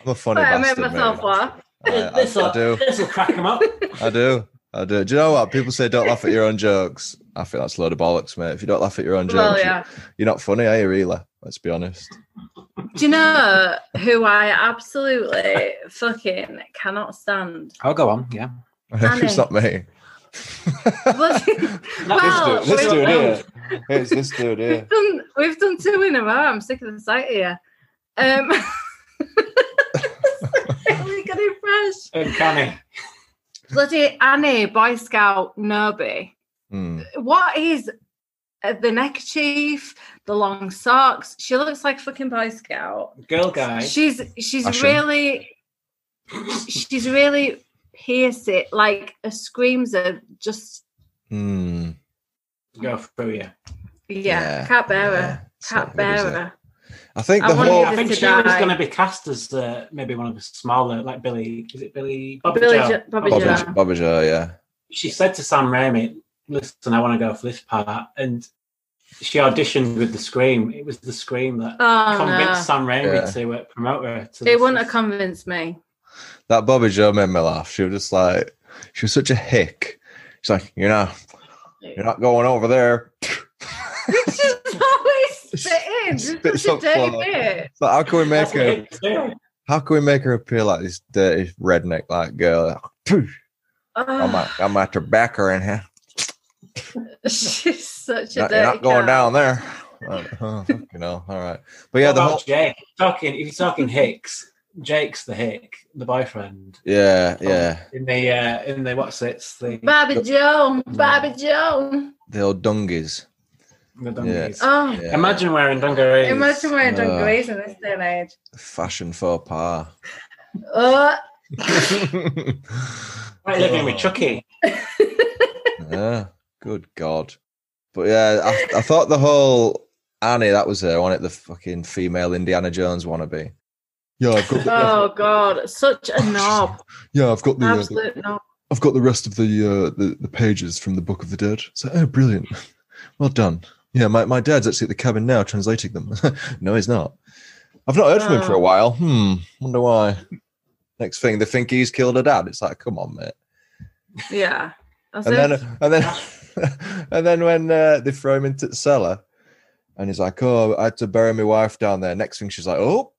A: I'm a funny
B: Right, I made
A: bastard.
B: myself
A: mate.
B: laugh.
A: I- I-
C: This'll-
A: I do.
C: This'll crack them up.
A: I do. I do. Do you know what? People say don't laugh at your own jokes. I think that's a load of bollocks, mate. If you don't laugh at your own jokes,
B: Well,
A: you-
B: yeah.
A: you're not funny, are you, really? Let's be honest.
B: Do you know who I absolutely fucking cannot stand?
C: I'll go on, yeah.
A: it's not me.
B: But- well,
A: this dude, this
B: we've,
A: dude
B: done,
A: here. It's this dude here.
B: we've done we've done two in a row. I'm sick of the sight here. Um, really good in fresh.
C: Uncanny.
B: Bloody Annie, Boy Scout, Noby.
A: Hmm.
B: What is uh, the neckerchief, the long socks? She looks like a fucking Boy Scout.
C: Girl guy.
B: She's she's
A: Fashion.
B: really she's really pierce it like a screams of just
A: Hmm.
C: Go through you.
B: yeah,
A: Yeah,
B: can't bear
A: yeah,
B: her.
A: it's
B: Can't
A: not good, is
B: bear
A: it?
B: her.
A: I think
B: I
A: the
B: wanted
A: whole.
C: I
B: Just
C: think
B: to
C: she was
B: die.
C: going to be cast as uh, maybe one of the smaller, like Billy. Is it Billy? Bobby,
B: Oh, Billy
C: Joe.
B: Jo- Bobby
A: Bobby,
B: Yeah.
A: Bobby Joe, yeah.
C: She said to Sam Raimi, "Listen, I want to go for this part," and she auditioned with the scream. It was the scream that
B: Oh
C: convinced
B: no.
C: Sam Raimi
A: Yeah.
C: to uh, promote her. To
B: They
C: this-
B: wouldn't have convinced me.
A: That Bobby Joe made me laugh. She was just like, she was such a hick. She's like, you know, you're not going over there.
B: She's always spitting.
A: Spit
B: She's
A: so
B: such a dirty
A: full.
B: bitch.
A: So how can we make
C: That's what
A: her?
C: it did.
A: How can we make her appear like this dirty redneck like girl? Phew, I'm
B: Oh,
A: at, I'm at her back her in here.
B: she's such a
A: Not,
B: dirty
A: you're not going
B: cow.
A: down there. Uh, oh, you know, all right. But yeah,
C: What
A: the
C: about
A: whole
C: Jake talking. If you're talking Hicks, Jake's the hick, the boyfriend
A: yeah, yeah,
C: in the uh, in the what's it? The,
B: Bobby Joe,
A: Mm.
B: Bobby Joe.
A: the old dungies.
C: the dungarees.
B: Oh,
A: Yeah.
C: Imagine wearing dungarees.
B: imagine wearing
A: Uh,
B: dungarees in this day and age.
A: fashion faux pas.
B: Oh,
C: like living
A: Oh.
C: with Chucky.
A: yeah, good god. But yeah, I, I thought the whole Annie that was her, wasn't it? The fucking female Indiana Jones wannabe. Yeah, I've got. The,
B: oh God, such a knob.
A: yeah, I've got the. uh, the
B: Absolute knob.
A: I've got the rest of the, uh, the the pages from the Book of the Dead. So, oh, brilliant! Well done. Yeah, my, my dad's actually at the cabin now translating them. no, he's not. I've not heard from him for
B: Oh.
A: a while. Hmm. Wonder why. Next thing, they think he's killed her dad. It's like, come on, mate.
B: Yeah. That's
A: And
B: it.
A: then and then and then when uh, they throw him into the cellar, and he's like, oh, I had to bury my wife down there. Next thing, she's like, oh,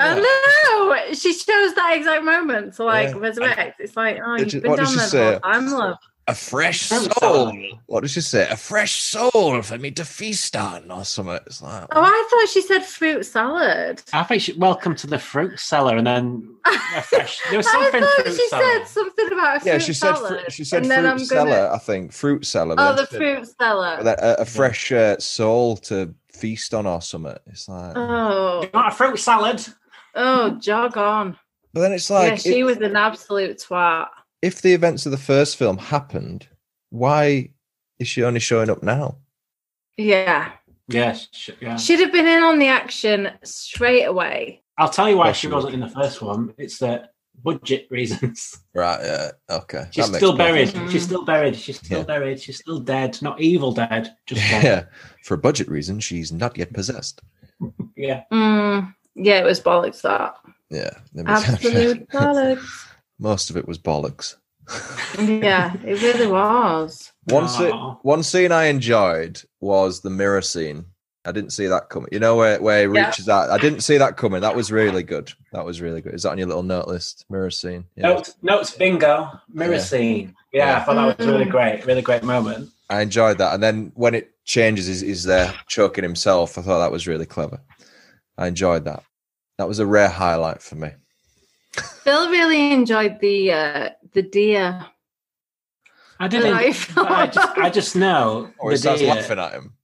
B: oh no! She chose that exact moment to like
A: Yeah.
B: resurrect. It's like, oh,
A: Did
B: you've
A: you-
B: been
A: what did
B: down
A: she
B: there the whole
A: say?
B: time, love.
A: a fresh
C: From the
A: soul. What does she say? A fresh soul for me to feast on, or something. It's like,
B: Oh, I thought she said fruit salad.
C: I think she, welcome to the fruit cellar, and then a fresh. There was
B: I
C: something
B: thought
C: fruit
B: she
C: salad.
B: said something about a fruit
A: yeah, she said
B: salad.
A: fru- she said
B: and
A: fruit
B: then I'm
A: cellar,
B: gonna.
A: I think fruit cellar. but
B: Oh,
A: then
B: the
A: she said-
B: fruit
A: but
B: salad.
A: then a, a fresh uh, soul to feast on or something. It's like
B: Oh,
C: You want a fruit salad?
B: Oh, jog on.
A: But then it's like
B: yeah, she
A: if,
B: was an absolute twat.
A: if the events of the first film happened, why is she only showing up now?
B: Yeah.
C: Yes, sh- yeah.
B: She'd have been in on the action straight away.
C: I'll tell you why
A: Well,
C: she
A: she
C: wasn't in the first one. It's that budget reasons.
A: Right. Yeah. Okay.
C: She's
A: that makes
C: still
A: perfect
C: buried.
A: sense.
B: sense.
C: She's still buried. She's still
A: Yeah.
C: buried. She's still dead. Not evil dead. Just dead.
A: Yeah. For budget reasons, she's not yet possessed.
C: Yeah.
B: Mm, yeah, it was bollocks that.
A: Yeah. that makes sense.
B: Absolute bollocks.
A: Most of it was bollocks.
B: Yeah, it really was.
C: Ah.
A: One, se-
C: Aw.
A: one scene I enjoyed was the mirror scene. I didn't see that coming. You know where, where he
B: Yeah.
A: reaches out. I didn't see that coming. That was really good. That was really good. Is that on your little note list? Mirror scene. Yeah.
C: Notes, notes, bingo, mirror
A: Yeah.
C: scene. Yeah, I thought that was
B: Mm.
C: really great. Really great moment.
A: I enjoyed that. And then when it changes, is is there choking himself? I thought that was really clever. I enjoyed that. That was a rare highlight for me.
B: Phil really enjoyed the uh, the deer.
C: I
B: I don't
C: didn't.
B: know, he
C: but I
B: felt-
C: just, I just know
A: Or he
C: the,
A: starts
C: deer-
A: laughing at him.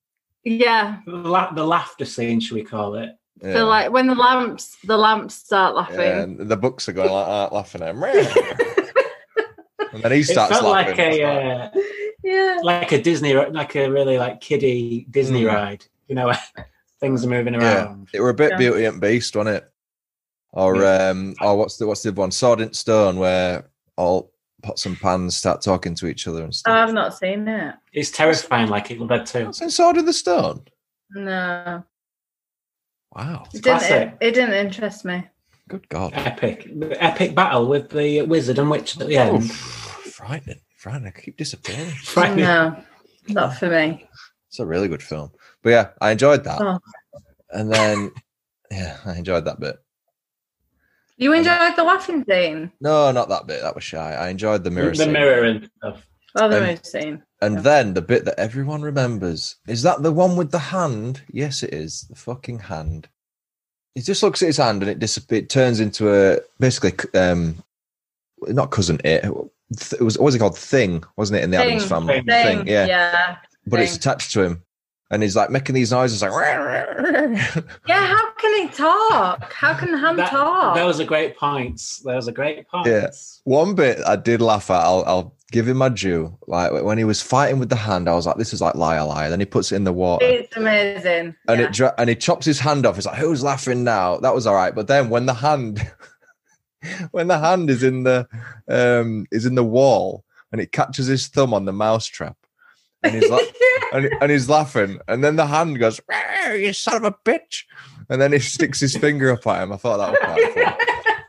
B: yeah,
C: the, la- the laughter scene, should we call it?
A: Yeah.
B: So like when the lamps the lamps start laughing.
A: Yeah, and the books are going like that, laughing at him. and then he
C: It
A: starts
C: felt
A: laughing.
C: like a uh,
B: Yeah.
C: like a Disney, like a really like kiddie Disney
A: Mm.
C: ride. You know, where things are moving
A: Yeah.
C: around.
A: It were a bit
B: Yeah.
A: Beauty and Beast, wasn't it? Or
C: Yeah.
A: um, or what's the what's the other one? Sword and Stone, where all pots and pans start talking to each other and
B: Oh,
A: stuff.
C: Um,
B: I've not seen it.
C: It's terrifying, like Evil Dead Two.
A: That's in Sword in the Stone.
B: No.
A: Wow,
B: It didn't,
C: classic.
B: it, it didn't interest me.
A: good God!
C: Epic, the epic battle with the wizard and witch at the end.
A: Oof. frightening, frightening. I keep disappearing.
C: Right.
B: No. Not for me.
A: It's a really good film. But yeah, I enjoyed that.
B: Oh.
A: And then, yeah, I enjoyed that bit.
B: You
A: Um,
B: enjoyed the laughing scene?
A: No, not that bit. That was shy. I enjoyed the mirror.
C: the
A: scene.
C: mirror and stuff.
B: Oh, the
A: Um,
B: mirror scene.
A: And then the bit that everyone remembers is that the one with the hand. Yes, it is the fucking hand. He just looks at his hand and it disappears. It turns into a basically um, not cousin. It it was always called thing, wasn't it? In the Adams
B: Thing.
A: family,
C: Thing.
B: Thing.
A: yeah.
B: yeah.
A: But it's
B: Thing.
A: attached to him, and he's like making these noises like.
B: Yeah, how can he talk? How can Ham
C: That,
B: talk?
C: those are great points. Those are great points.
A: Yeah. One bit I did laugh at. I'll, I'll give him my due. Like when he was fighting with the hand, I was like, "This is like liar, liar." Then he puts it in the water.
B: It's amazing.
A: and
B: yeah.
A: it dra- and he chops his hand off. It's like who's laughing now? That was all right, but then when the hand, when the hand is in the um is in the wall and it catches his thumb on the mousetrap, and he's like. And, and he's laughing, and then the hand goes, "Rah, "You son of a bitch!" And then he sticks his finger up at him. I thought that was quite funny.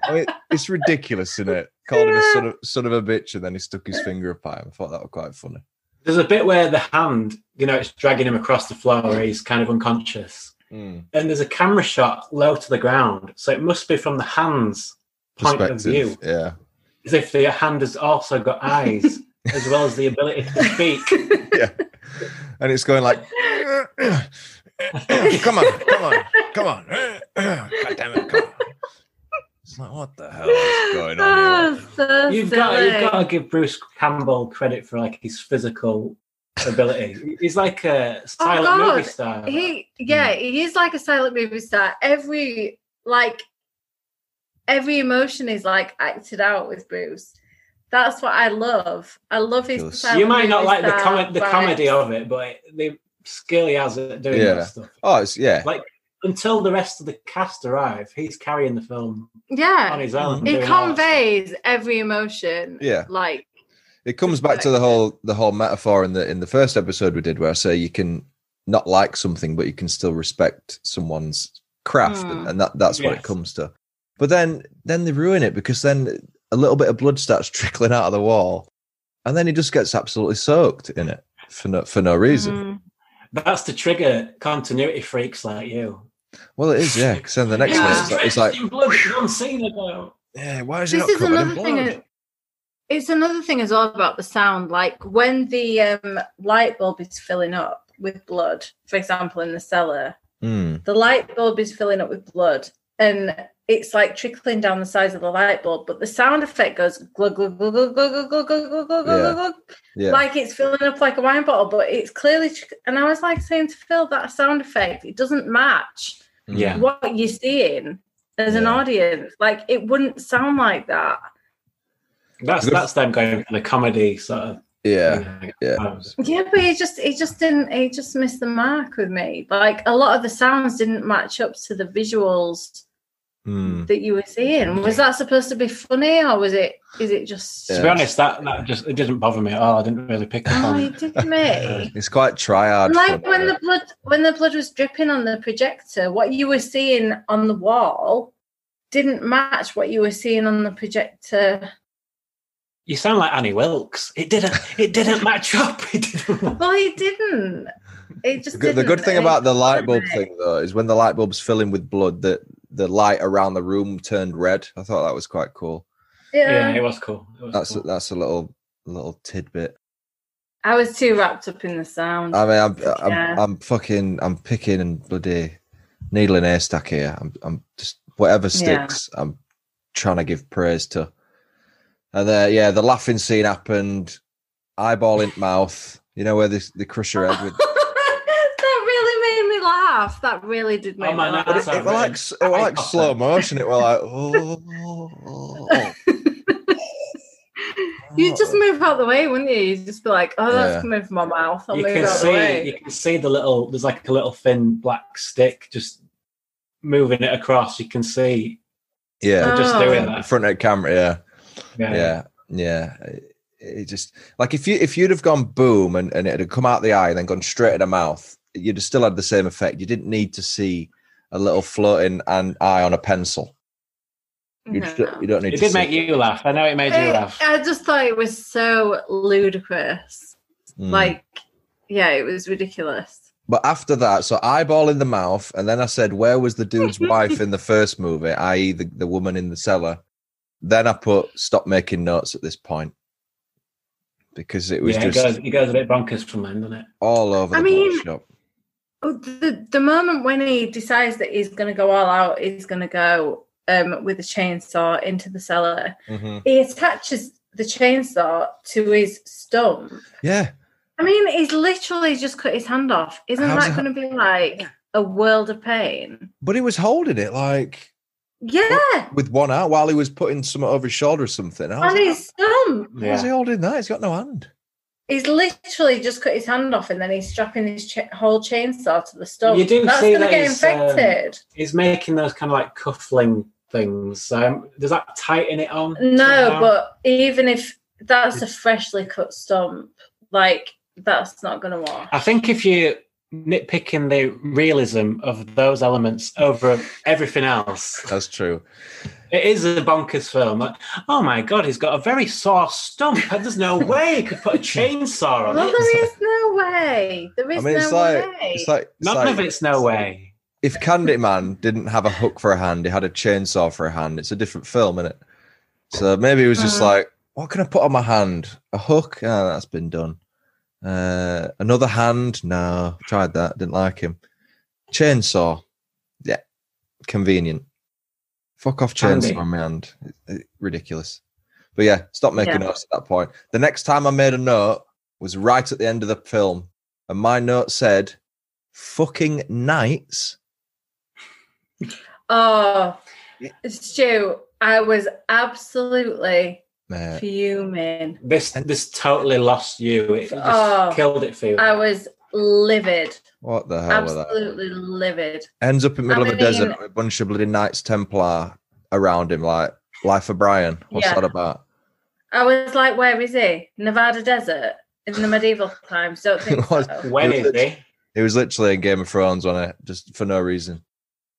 A: I mean, it's ridiculous, isn't it? Called him a
B: Yeah.
A: son of, son of a bitch, and then he stuck his finger up at him. I thought that was quite funny.
C: There's a bit where the hand, you know, it's dragging him across the floor. Where he's kind of unconscious,
A: Hmm.
C: and there's a camera shot low to the ground, so it must be from the hand's point of view,
A: Perspective, yeah.
C: as if the hand has also got eyes, as well as the ability to speak.
A: and it's going like, come on, come on, come on, God damn it, come on. It's like, what the hell is Oh, going on? Here?
B: Oh, so
C: You've got,
B: silly.
C: you've got to give Bruce Campbell credit for like his physical ability. He's like a silent movie
B: Oh, God.
C: star.
B: he yeah he is like a silent movie star every like every emotion is like acted out with bruce that's what i love i love his
A: Fabulous.
B: silent
C: you might not
B: movie
C: like the,
B: star
C: com- the
B: vibes.
C: comedy of it, but the skill he has at doing
A: Yeah.
C: that stuff.
A: Oh, it's yeah,
C: Until the rest of the cast arrive, he's carrying the film on
B: yeah
C: his own.
B: he
C: doing all that
B: conveys every emotion
A: Yeah.
B: like
A: it comes back to the whole the whole metaphor in the in the first episode we did, where I say you can not like something, but you can still respect someone's craft,
B: Hmm.
A: and, and that that's what it
C: Yes.
A: comes to. But then then they ruin it because then a little bit of blood starts trickling out of the wall, and then he just gets absolutely soaked in it for no for no reason.
B: mm,
C: stuff. That's to trigger continuity freaks like you.
A: Well, it is, yeah. Because then the next
B: Yeah.
A: one, it's like, it's like,
C: Drenched in blood, it's unseen about.
A: yeah, why is he
B: this
A: not
B: is
A: covered
B: another
A: in
B: thing
A: blood?
B: that- it's another thing as well about the sound like when the um, light bulb is filling up with blood for example in the cellar
A: Hmm.
B: the light bulb is filling up with blood and it's like trickling down the sides of the light bulb, but the sound effect goes glug glug glug glug glug glug glug glug glug glug glug glug
A: yeah,
B: like it's filling up like a wine bottle, but it's clearly tr- and I was like saying to Phil that sound effect it doesn't match
A: Mm.
C: Yeah.
B: what you're seeing. as an
A: Yeah.
B: audience. Like it wouldn't sound like that.
C: That's
A: The-
C: that's them going for the comedy sort of.
A: Yeah.
C: thing, I
A: yeah.
C: suppose.
B: Yeah, but it just it just didn't it just missed the mark with me. Like a lot of the sounds didn't match up to the visuals
A: Hmm.
B: that you were seeing. Was that supposed to be funny or was it is it just
C: To be honest, that, that just it didn't bother me at all. I didn't really pick up
B: Oh,
C: on.
B: it
C: it.
B: did me.
A: It's quite triad.
B: And like
A: fun,
B: when
A: isn't
B: the
A: it?
B: blood when the blood was dripping on the projector, what you were seeing on the wall didn't match what you were seeing on the projector.
C: You sound like Annie Wilkes. It didn't. It didn't match up. It didn't.
B: Well, it didn't. It just
A: The good, the
B: didn't.
A: good thing
B: And it-
A: about the light bulb
B: didn't
A: thing though is when the light bulb's filling with blood, that the light around the room turned red. I thought that was quite cool.
C: Yeah,
B: yeah.
C: it was cool. It was
A: That's
C: cool.
A: that's a little little tidbit.
B: I was too wrapped up in the sound.
A: I mean, I'm I'm,
B: Yeah.
A: I'm fucking I'm picking and bloody needle and haystack here. I'm I'm just whatever
B: Yeah.
A: sticks. I'm trying to give praise to. And uh, yeah, the laughing scene happened. Eyeball in mouth. You know where this the crusher head with.
B: that really made me laugh. That really did
C: Oh,
B: make
C: man,
B: me
C: that
B: laugh.
C: was
A: It were like s- it were like
C: Eyeball.
A: slow motion. It were like oh.
B: You'd just move out the way, wouldn't you? You'd just be like, oh, that's coming from my mouth. I'll
C: you
B: move
C: can
B: out the
C: see.
B: way.
C: You can see the little. There's like a little thin black stick just moving it across. You can see.
A: yeah,
C: They're just
B: Oh.
C: doing
A: in
C: that.
A: front of the camera. Yeah.
C: Yeah.
A: yeah yeah It- it just like if you if you'd have gone boom and, and it had come out the eye and then gone straight at the mouth you'd have still had the same effect you didn't need to see a little floating and eye on a pencil you, just,
B: No.
A: you don't need
C: It
A: to
C: did
A: see
C: make you laugh. I know it made you
B: It-
C: laugh.
B: I just thought it was so ludicrous.
A: Mm.
B: Like, yeah, it was ridiculous.
A: but after that so eyeball in the mouth and then i said where was the dude's wife in the first movie i.e the, the woman in the cellar then i put stop making notes at this point because it was
C: yeah, it, goes,
A: just
C: it goes a bit bonkers from then, doesn't it?
A: all over
B: I
A: the
B: mean,
A: shop
B: Oh, the the moment when he decides that he's going to go all out, he's going to go um, with a chainsaw into the cellar.
A: Mhm.
B: He attaches the chainsaw to his stump.
A: yeah
B: I mean, he's literally just cut his hand off. Isn't
A: How's
B: that
A: that-
B: going to be like a world of pain?
A: but he was holding it like
B: Yeah,
A: with one out while he was putting some over his shoulder or something. I was
B: and
A: like,
B: his thumb.
A: Why is he
C: Yeah.
A: holding that? He's got no hand.
B: He's literally just cut his hand off, and then he's strapping his ch- whole chainsaw to the stump.
C: You do
B: That's
C: see
B: going to
C: that
B: get
C: he's, um,
B: infected.
C: He's making those kind of like cuffling things. Um, does that tighten it on?
B: no,
C: somehow?
B: but even if that's a freshly cut stump, like that's not going to work.
C: I think if you nitpicking the realism of those elements over everything else,
A: That's true.
C: it is a bonkers film. Like, oh my god, he's got a very sore stump. There's no way he could put a chainsaw on
B: Well,
C: it.
B: there is no way. There is
A: I mean, it's
B: no
A: like
B: way.
A: it's like it's
C: None
A: like
C: of it's no way.
A: if Candyman didn't have a hook for a hand, he had a chainsaw for a hand. It's a different film, innit? So maybe it was just
B: Mm.
A: like, what can I put on my hand? A hook? Ah, that's been done. Uh, another hand? No, tried that. Didn't like him. Chainsaw? Yeah, convenient. Fuck off, chainsaw
C: Handy.
A: on my hand. It- it- ridiculous. But yeah, stop making
B: Yeah.
A: notes at that point. The next time I made a note was right at the end of the film, and my note said, "Fucking knights."
B: oh, Stu, I was absolutely
A: Uh,
B: fuming.
C: This this totally lost you. It just
B: Oh,
C: killed it for you.
B: I was livid,
A: What the hell was that?
B: absolutely livid.
A: Ends up in the middle
B: I
A: of a desert
B: mean-
A: with a bunch of bloody Knights Templar around him, like Life of Brian. What's
B: Yeah.
A: that about?
B: I was like, "Where is he? Nevada desert in the medieval times? Don't think
A: It was-
B: so."
C: when is he?
A: It was literally in Game of Thrones on it, just for no reason.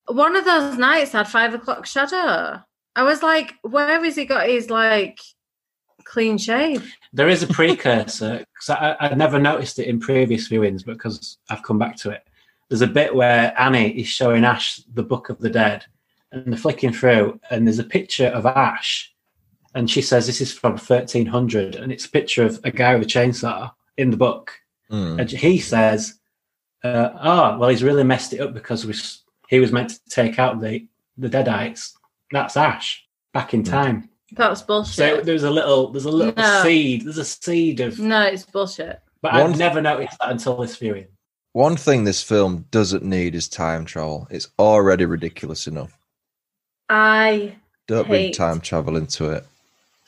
B: One of those nights had five o'clock shadow. I was like, "Where has he got his like clean shave?"
C: There is a precursor because I, I- I'd never noticed it in previous viewings, but because I've come back to it, there's a bit where Annie is showing Ash the Book of the Dead, and they're flicking through, and there's a picture of Ash, and she says this is from 1300, and it's a picture of a guy with a chainsaw in the book,
A: Mm.
C: and he says, uh, "Oh, well, he's really messed it up because we, s- he was meant to take out the the Deadites. That's Ash back in
A: Hmm.
C: time."
B: That's
C: So
B: bullshit.
C: there's a little, there's a little
B: No.
C: seed, there's a seed of,
B: no, it's bullshit.
C: but
A: One-
C: I've never noticed that until this viewing.
A: One thing this film doesn't need is time travel. It's already ridiculous enough.
B: I
A: Don't bring
B: Hate.
A: time travel into it.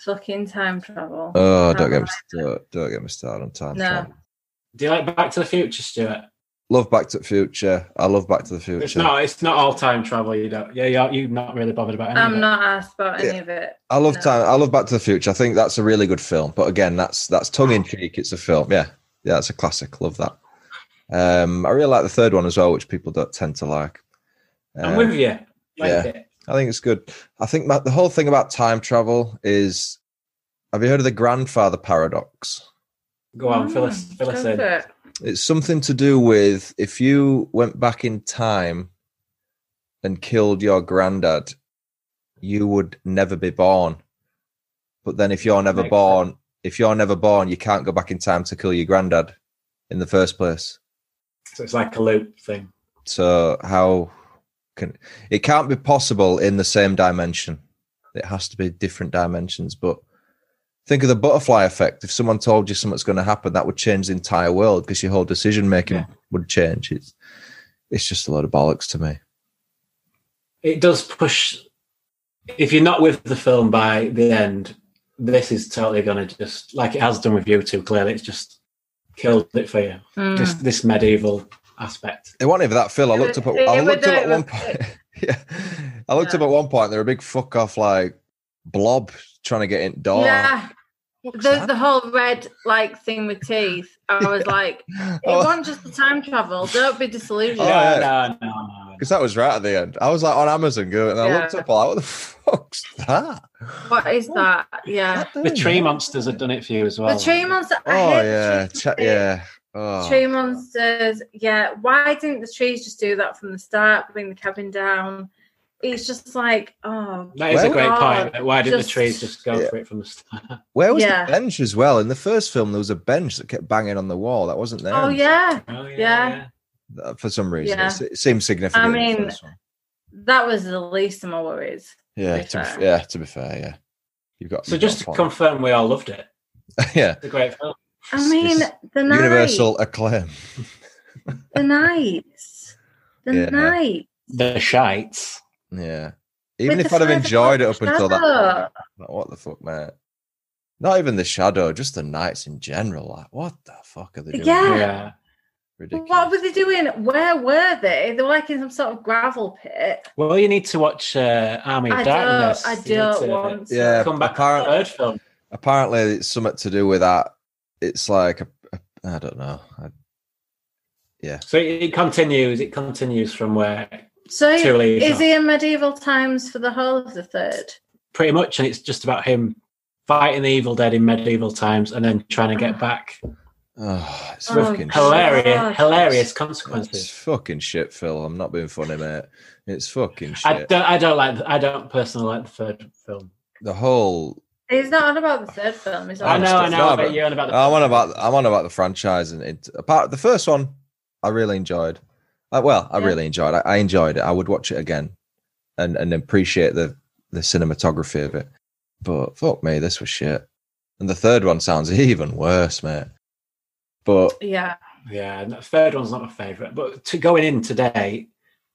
B: fucking time travel.
A: Oh, don't get me
B: Time
A: don't, don't get me started on time
B: No.
A: travel.
C: Do you like Back to the Future, Stuart?
A: Love Back to the Future. I love Back to the Future.
C: It's not. It's not all time travel. You don't. Yeah, you're, you're not really bothered about. Any of
B: I'm
C: it.
B: not asked about any
A: Yeah.
B: of it.
A: I love
B: No.
A: time. I love Back to the Future. I think that's a really good film. But again, that's that's tongue in cheek. It's a film. Yeah, yeah, it's a classic. Love that. Um, I really like the third one as well, which people don't tend to like.
C: I'm
A: Um,
C: with you. Like
A: yeah.
C: it.
A: I think it's good. I think my, the whole thing about time travel is. Have you heard of the grandfather paradox?
C: Go on,
B: Mm,
C: fill us, fill us
B: does
C: in.
B: it?
A: It's something to do with if you went back in time and killed your granddad, you would never be born. But then if you're never
C: Makes
A: born, if you're never born, you can't go back in time to kill your granddad in the first place.
C: So it's like a loop thing.
A: So how can it can't be possible in the same dimension. It has to be different dimensions. But think of the butterfly effect. If someone told you something's going to happen, that would change the entire world because your whole decision making
C: Yeah.
A: would change. It's it's just a load of bollocks to me.
C: It does push. If you're not with the film by the end, this is totally going to just like it has done with you two. Clearly, it's just killed it for you.
B: Mm.
C: This this medieval aspect.
A: It wasn't even that, Phil. I
B: It
A: looked up.
B: was-
A: At, I
B: it was-
A: looked up at
B: it
A: one
B: was-
A: point. yeah, I looked up at one point. There were a big fuck off like blob trying to get in door.
B: Yeah,
A: Fuck's
B: the,
A: that?
B: the whole red like thing with teeth. I was like, it
A: Oh.
B: wasn't just the time travel. Don't be disillusioned.
A: Oh,
C: no,
A: yeah.
C: no, no, no,
A: Because that was right at the end. I was like on Amazon Go, and I
B: Yeah.
A: looked up like, what the fuck's that?
B: What is that? Yeah,
A: Oh. That
C: no.
A: doing
C: The tree
A: that?
C: monsters have done it for you as well.
B: the tree monster. I
A: Oh
B: hate the
A: yeah,
B: tree
A: Cha-
B: monster.
A: yeah. Oh.
B: Tree monsters. Yeah, why didn't the trees just do that from the start? Bring the cabin down. It's just like, oh,
C: That is
A: Well-
C: a great
B: God.
C: point. but Why didn't
B: Just-
C: the trees just go
A: Yeah.
C: for it from the start?
A: Where was
B: Yeah.
A: the bench as well? In the first film, there was a bench that kept banging on the wall. That wasn't there
B: oh yeah.
C: Oh, yeah,
B: Yeah.
A: Uh, for some reason.
B: Yeah.
A: It, se- it seemed significant.
B: I
A: in the
B: mean,
A: first one.
B: That was the least of my worries.
A: yeah,
B: be
A: to be, f-
B: fair.
A: yeah, to be fair, yeah. You've got
C: So
A: you've
C: just to
A: got a point.
C: confirm, we all loved it.
A: yeah,
C: It's a great film.
B: I mean,
A: It's
B: the night,
A: universal acclaim.
B: the nights, the
A: Yeah.
B: night.
C: The shites.
A: Yeah, even
B: With
A: if
B: the
A: I'd have
B: further
A: enjoyed it up
B: shadow.
A: until that, point, like, what the fuck, mate? Not even the shadow, just the knights in general. Like, what the fuck are they doing?
B: Yeah.
C: Yeah.
A: Ridiculous.
B: What were they doing? Where were they? They were like in some sort of gravel pit.
C: Well, you need to watch uh, Army of
B: I
C: Darkness.
B: don't. I
C: You need
B: don't
C: to
B: want. to.
A: Yeah,
C: Come back to
A: apparent-
C: the third film.
A: apparently it's something to do with that. It's like a, a I don't know. I,
C: So it, it continues. It continues from where
B: So
C: two leaves
B: is
C: off.
B: he in medieval times for the whole of the third?
C: pretty much, and it's just about him fighting the evil dead in medieval times and then trying to
B: Ah.
C: get back.
A: oh, it's
B: Oh,
A: fucking shit.
C: Hilarious,
B: God.
C: hilarious
A: It's
C: consequences.
A: fucking shit, Phil. I'm not being funny, mate. It's fucking
C: I
A: shit.
C: don't. I don't like. The, I don't personally like the third film.
A: The whole
B: He's not on about the third film. He's on
C: I
A: I'm
C: know.
A: still-
C: I know.
A: no,
C: I bet
A: but-
C: you're on about. The
A: I'm on about I'm on about the franchise and it apart the first one I really enjoyed. Uh, well, I
B: Yeah.
A: really enjoyed. I, I enjoyed it. I would watch it again and and appreciate the the cinematography of it. But fuck me, this was shit. And the third one sounds even worse, mate. But
B: Yeah.
C: Yeah, and the third one's not my favourite. But to going in today,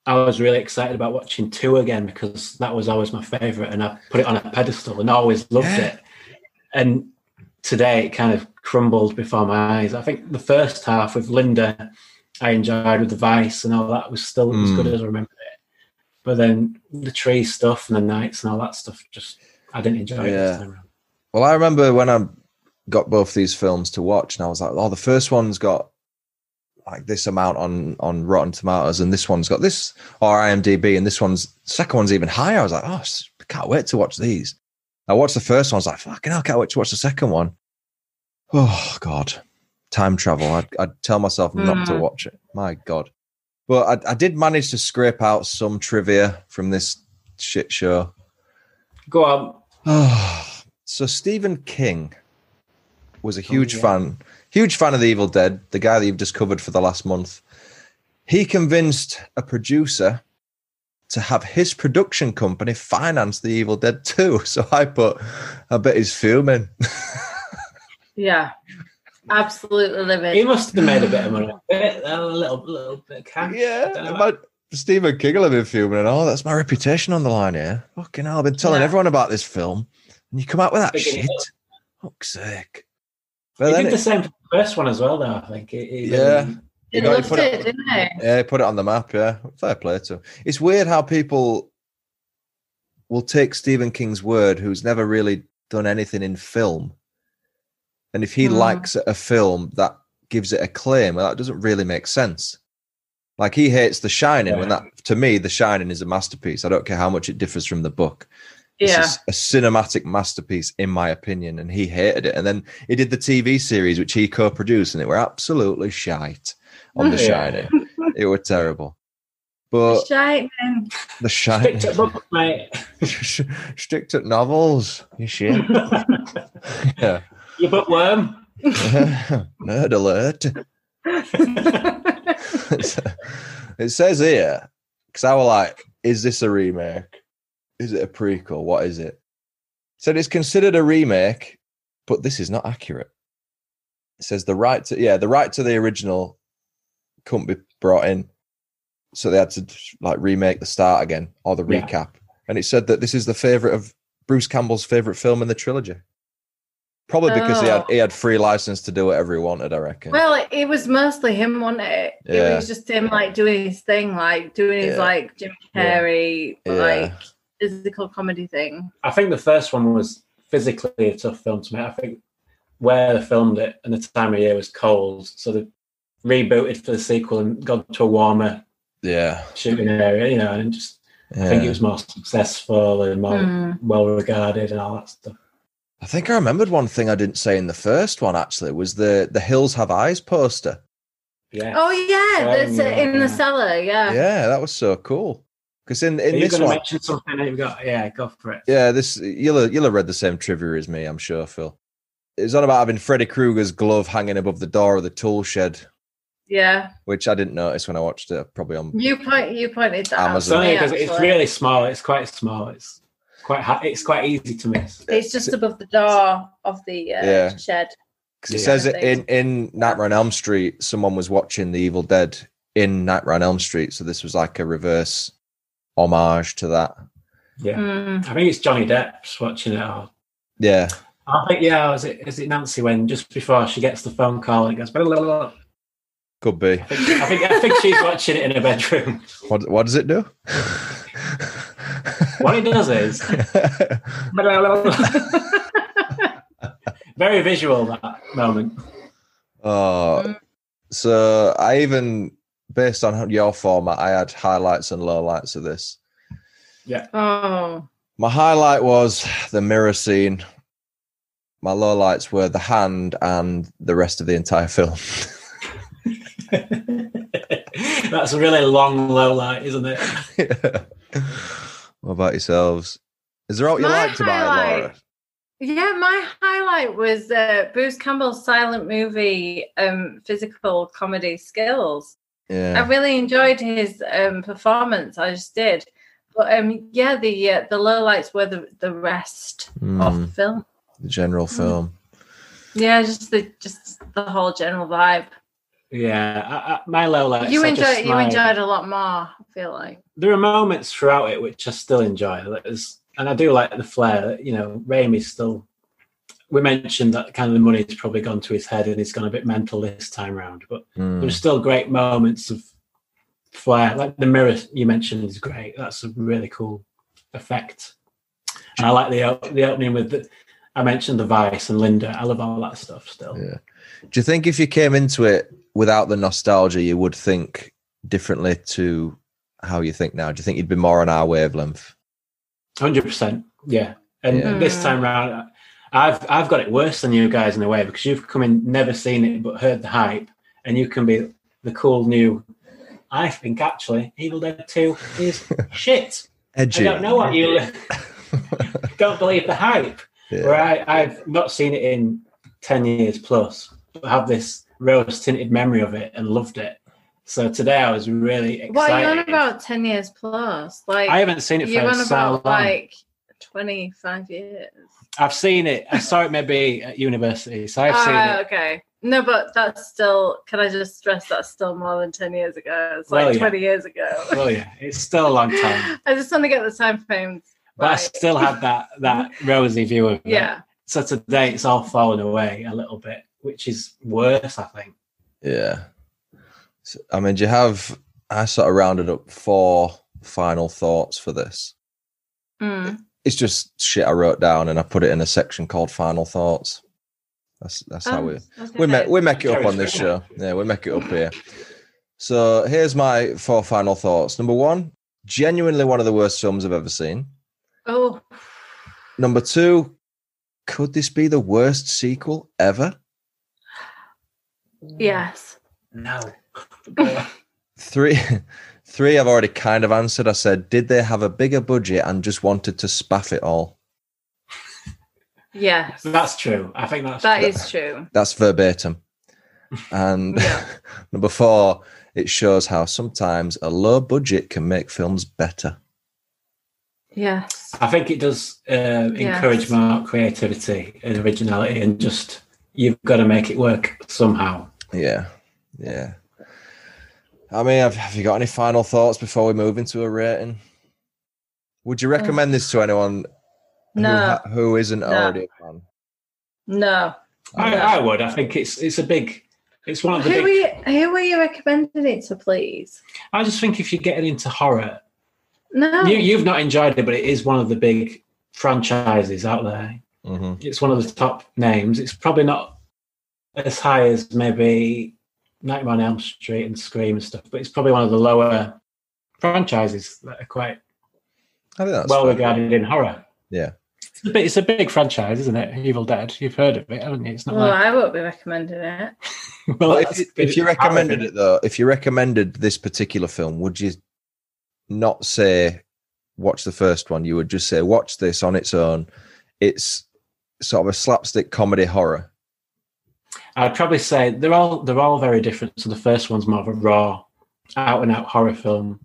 C: I was really excited about watching two again because that was always my favourite, and I put it on a pedestal and always loved
A: Yeah.
C: it. And today, it kind of crumbled before my eyes. I think the first half with Linda, I enjoyed with the Vice and all that was still as good
A: Mm.
C: as I remember it. But then the tree stuff and the nights and all that stuff, just I didn't enjoy it.
A: Yeah.
C: This time around.
A: Well, I remember when I got both these films to watch, and I was like, "Oh, the first one's got like this amount on on Rotten Tomatoes, and this one's got this or IMDb, and this one's second one's even higher." I was like, "Oh, s- I can't wait to watch these." I watched the first one. I was like, "Fucking hell, I can't wait to watch the second one." Oh God, time travel. I'd, I'd tell myself not to
B: Mm.
A: watch it. My God, but I, I did manage to scrape out some trivia from this shit show.
C: Go on.
A: Ah, so Stephen King was a huge
C: Oh, yeah.
A: fan, huge fan of The Evil Dead, the guy that you've just covered for the last month. He convinced a producer to have his production company finance The Evil Dead too. So I put, I bet he's fuming.
B: Yeah. Absolutely
C: He
B: livid.
C: must have made a bit of money, a, bit, a little, little bit of cash. I
A: yeah,
C: don't know.
A: ima- Stephen King will have been fuming and oh, that's my reputation on the line here. Fucking hell, I've been telling
B: Yeah.
A: everyone about this film and you come out with that
C: Picking it
A: shit.
C: up.
A: Fuck's sake. But
C: They
A: then
C: did the
A: it,
C: same for the first one as well, though. I think. um, It, it-
A: Yeah.
B: They
A: You know, you
B: loved
A: put
B: it,
A: it-
B: didn't they?
A: yeah, put it on the map. Yeah, fair play to. 'em. It's weird how people will take Stephen King's word, who's never really done anything in film, and if he
B: Hmm.
A: likes a film, that gives it a claim. Well, that doesn't really make sense. Like he hates The Shining, when
C: Yeah.
A: that to me, The Shining is a masterpiece. I don't care how much it differs from the book.
B: Yeah.
A: It's a, s- a cinematic masterpiece, in my opinion, and he hated it. And then he did the TV series, which he co-produced, and it were absolutely shite on The
C: Yeah.
A: Shining. It were terrible. But
B: Shining.
A: The
C: Picked
A: Shining,
C: up book, mate.
A: stick to novels, you shit. yeah.
C: you bookworm.
A: Nerd alert. it says here, because I were like, is this a remake? Is it a prequel? What is it? Said it's considered a remake, but this is not accurate. It says the right to yeah, the right to the original couldn't be brought in. So they had to like remake the start again or the
C: Yeah.
A: recap. And it said that this is the favorite of Bruce Campbell's favorite film in the trilogy. Probably because he had
B: Oh.
A: he had free license to do whatever he wanted, I reckon.
B: Well, it, it was mostly him, wasn't it? It
A: Yeah.
B: was just him like doing his thing, like doing his
A: Yeah.
B: like Jim
A: Yeah.
B: Carrey,
A: Yeah.
B: like physical comedy thing.
C: I think the first one was physically a tough film to make. I think where they filmed it and the time of year was cold, so they rebooted for the sequel and gone to a warmer
A: yeah.
C: shooting area, you know, and just I think it
A: yeah.
C: was more successful and more
B: Hmm.
C: well regarded and all that stuff.
A: I think I remembered one thing I didn't say in the first one actually was the the Hills Have Eyes poster.
C: Yeah.
B: Oh yeah,
C: Oh,
B: that's
C: yeah.
B: in the cellar. Yeah.
A: Yeah, that was so cool. Because in in
C: Are you
A: this
C: going to
A: one,
C: mention something that you've got? Yeah, go for it.
A: yeah, this you'll have- you'll have read the same trivia as me, I'm sure, Phil. It's on about having Freddy Krueger's glove hanging above the door of the tool shed,
B: Yeah.
A: which I didn't notice when I watched it. Probably on
B: You point. You pointed that
A: Amazon.
C: It's
B: out. to
C: only
B: me,
C: because it's
B: actually.
C: really small. It's quite small. It's quite ha- it's quite easy to miss.
B: It's just above the door of the uh,
A: Yeah.
B: shed.
A: Because it
C: Yeah.
A: says it in in Nightmare on Elm Street, someone was watching The Evil Dead in Nightmare on Elm Street, so this was like a reverse homage to that.
C: Yeah.
B: Mm.
C: I think it's Johnny Depp's watching it all.
A: Yeah,
C: I think yeah, is it is it Nancy when just before she gets the phone call and it goes blah, blah, blah.
A: could be.
C: I think, I think I think she's watching it in her bedroom.
A: What what does it do?
C: What it does is blah, blah, blah, blah. very visual that moment.
A: oh, so I even based on your format, I had highlights and lowlights of this.
B: Oh.
A: My highlight was the mirror scene. My lowlights were the hand and the rest of the entire film.
C: That's a really long low light, isn't it?
A: What about yourselves? Is there what you
B: My
A: liked about it, Laura?
B: highlight- Yeah, my highlight was uh, Bruce Campbell's silent movie um, physical comedy skills. I
A: Yeah.
B: really enjoyed his um, performance. I just did, but um, yeah, the uh, the lowlights were the the rest of the
A: Mm,
B: film.
A: the general film.
B: Yeah, just the just the whole general vibe.
C: Yeah, I, I, my low light.
B: you enjoyed you enjoyed a lot more. I feel like.
C: there are moments throughout it which I still enjoy. There's, and I do like the flair. that, You know, Raimi's still. We mentioned that kind of the money's probably gone to his head and he's gone a bit mental this time round. But
A: Mm.
C: there's still great moments of flair. Like the mirror you mentioned is great. That's a really cool effect. And I like the op- the opening with the. I mentioned the Vice and Linda. I love all that stuff still.
A: Yeah. Do you think if you came into it without the nostalgia, you would think differently to how you think now? Do you think you'd be more on our wavelength?
C: Hundred percent. Yeah. And
A: Yeah.
C: this time round, I've I've got it worse than you guys in a way because you've come in never seen it but heard the hype, and you can be the cool new. I think actually, Evil Dead Two is shit. I
A: Edgy.
C: don't know what you don't believe the hype.
A: Yeah.
C: Where I, I've not seen it in ten years plus, but have this rose tinted memory of it and loved it. So today I was really excited.
B: What are you on about? Ten years plus? Like
C: I haven't seen it
B: you
C: for
B: on
C: so
B: about
C: long.
B: like twenty five years.
C: I've seen it. I saw it maybe at university, so I've seen
B: Ah,
C: it.
B: okay. No, but that's still. Can I just stress that's still more than ten years ago? It's like
C: Well, yeah.
B: twenty years ago.
C: Well, yeah, it's still a long time,
B: I just want to get the time frames.
C: but I
B: right.
C: still had that that rosy view of it.
B: Yeah,
C: So today it's all fallen away a little bit, which is worse, I think.
A: Yeah. So, I mean, do you have? I sort of rounded up four final thoughts for this.
B: Mm.
A: It's just shit I wrote down, and I put it in a section called "Final Thoughts." That's that's how
B: Um,
A: we
B: I was gonna
A: we
B: say,
A: make we make it up
C: Carries
A: on this
C: through.
A: show. Yeah, we make it up here. So here's my four final thoughts. Number one, genuinely one of the worst films I've ever seen.
B: Oh,
A: Number two, could this be the worst sequel ever?
B: yes.
C: No.
A: Three, three. I've already kind of answered. I said, did they have a bigger budget and just wanted to spaff it all?
B: Yes.
C: That's true. I think that's
B: That
C: true.
B: is true.
A: That's verbatim. And
B: Yeah.
A: number four, it shows how sometimes a low budget can make films better.
B: Yes.
C: I think it does uh, encourage
B: Yes.
C: more creativity and originality, and just you've got to make it work somehow.
A: Yeah, yeah. I mean, have, have you got any final thoughts before we move into a rating? Would you recommend this to anyone who,
B: Uh, No.
A: ha- who isn't already a fan?
B: No. Yeah.
C: I, I would. I think it's it's a big. It's one of the
B: Who
C: big.
B: were you, who were you recommending it to, please?
C: I just think if you're getting into horror,
B: No.
C: you, you've not enjoyed it, but it is one of the big franchises out there.
A: Mhm.
C: It's one of the top names. It's probably not as high as maybe Nightmare on Elm Street and Scream and stuff, but it's probably one of the lower franchises that are quite
A: I think that's
C: well
A: fair.
C: regarded in horror.
A: Yeah.
C: It's a, big, it's a big franchise, isn't it? Evil Dead. You've heard of it, haven't you? It's not
B: well,
C: like.
B: I won't be recommending it.
C: Well,
A: Well, if,
C: that's
A: you,
C: good.
A: if you recommended it though, if you recommended this particular film, would you not say watch the first one? You would just say watch this on its own. It's sort of a slapstick comedy horror.
C: I'd probably say they're all they're all very different. So the first one's more of a raw, out and out horror film.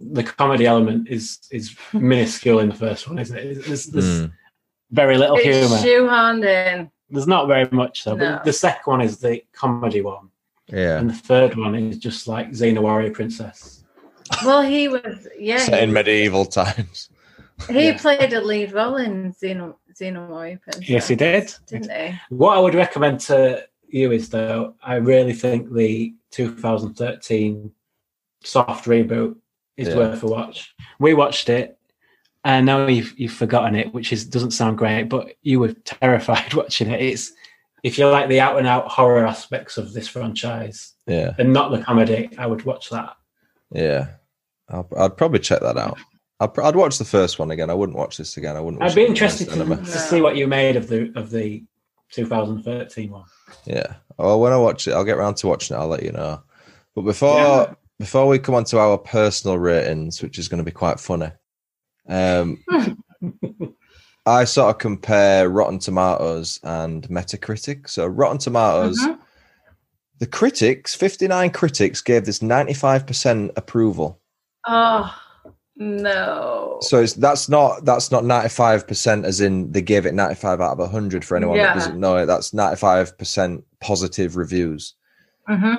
C: The comedy element is is minuscule in the first one, isn't it? There's,
A: Hmm.
C: there's very little
B: It's
C: humor.
B: shoehorned in.
C: There's not very much though.
B: No.
C: But the second one is the comedy one,
A: Yeah,
C: and the third one is just like Xena Warrior Princess.
B: Well, he was, yeah.
A: set in
B: He,
A: medieval times.
B: he
C: Yeah.
B: played a lead role in Xeno, Xenomorph. Princess,
C: Yes, he did.
B: Didn't he?
C: What I would recommend to you is though, I really think the 2013 soft reboot is
A: Yeah.
C: worth a watch. We watched it. I know you've you've forgotten it, which is doesn't sound great, but you were terrified watching it. It's if you like the out and out horror aspects of this franchise
A: Yeah,
C: and not the comedy, I would watch that.
A: yeah. I'll, I'd probably check that out. I'd, pr- I'd watch the first one again. I wouldn't watch this again. I wouldn't. Watch
C: I'd be
A: it in
C: interested to,
A: cinema.
C: to see what you made of the of the 2013 one.
A: Yeah. Well, when I watch it, I'll get round to watching it. I'll let you know. But before
C: Yeah.
A: before we come on to our personal ratings, which is going to be quite funny, um, I sort of compare Rotten Tomatoes and Metacritic. So Rotten Tomatoes,
B: Mhm.
A: the critics, fifty nine critics gave this ninety five percent approval.
B: Oh, no.
A: So it's that's not that's not ninety five percent as in they gave it ninety five out of hundred for anyone
B: Yeah.
A: that doesn't know it. That's ninety five percent positive reviews.
B: hmm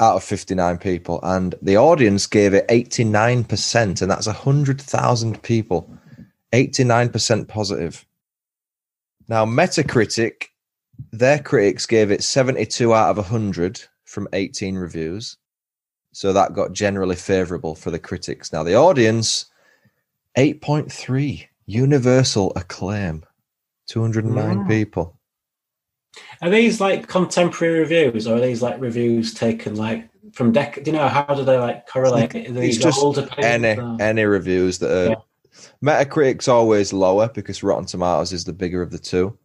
A: out of 59 people and the audience gave it 89% and that's 100,000 people 89% positive now metacritic their critics gave it 72 out of 100 from 18 reviews so that got generally favorable for the critics now the audience 8.3 universal acclaim 209
C: Wow.
A: people
C: Are these like contemporary reviews, or are these like reviews taken like from dec? Do you know how do they like correlate? Are these
A: just
C: older people? Oh.
A: any any reviews that are Metacritic's always lower because Rotten Tomatoes is the bigger of the two.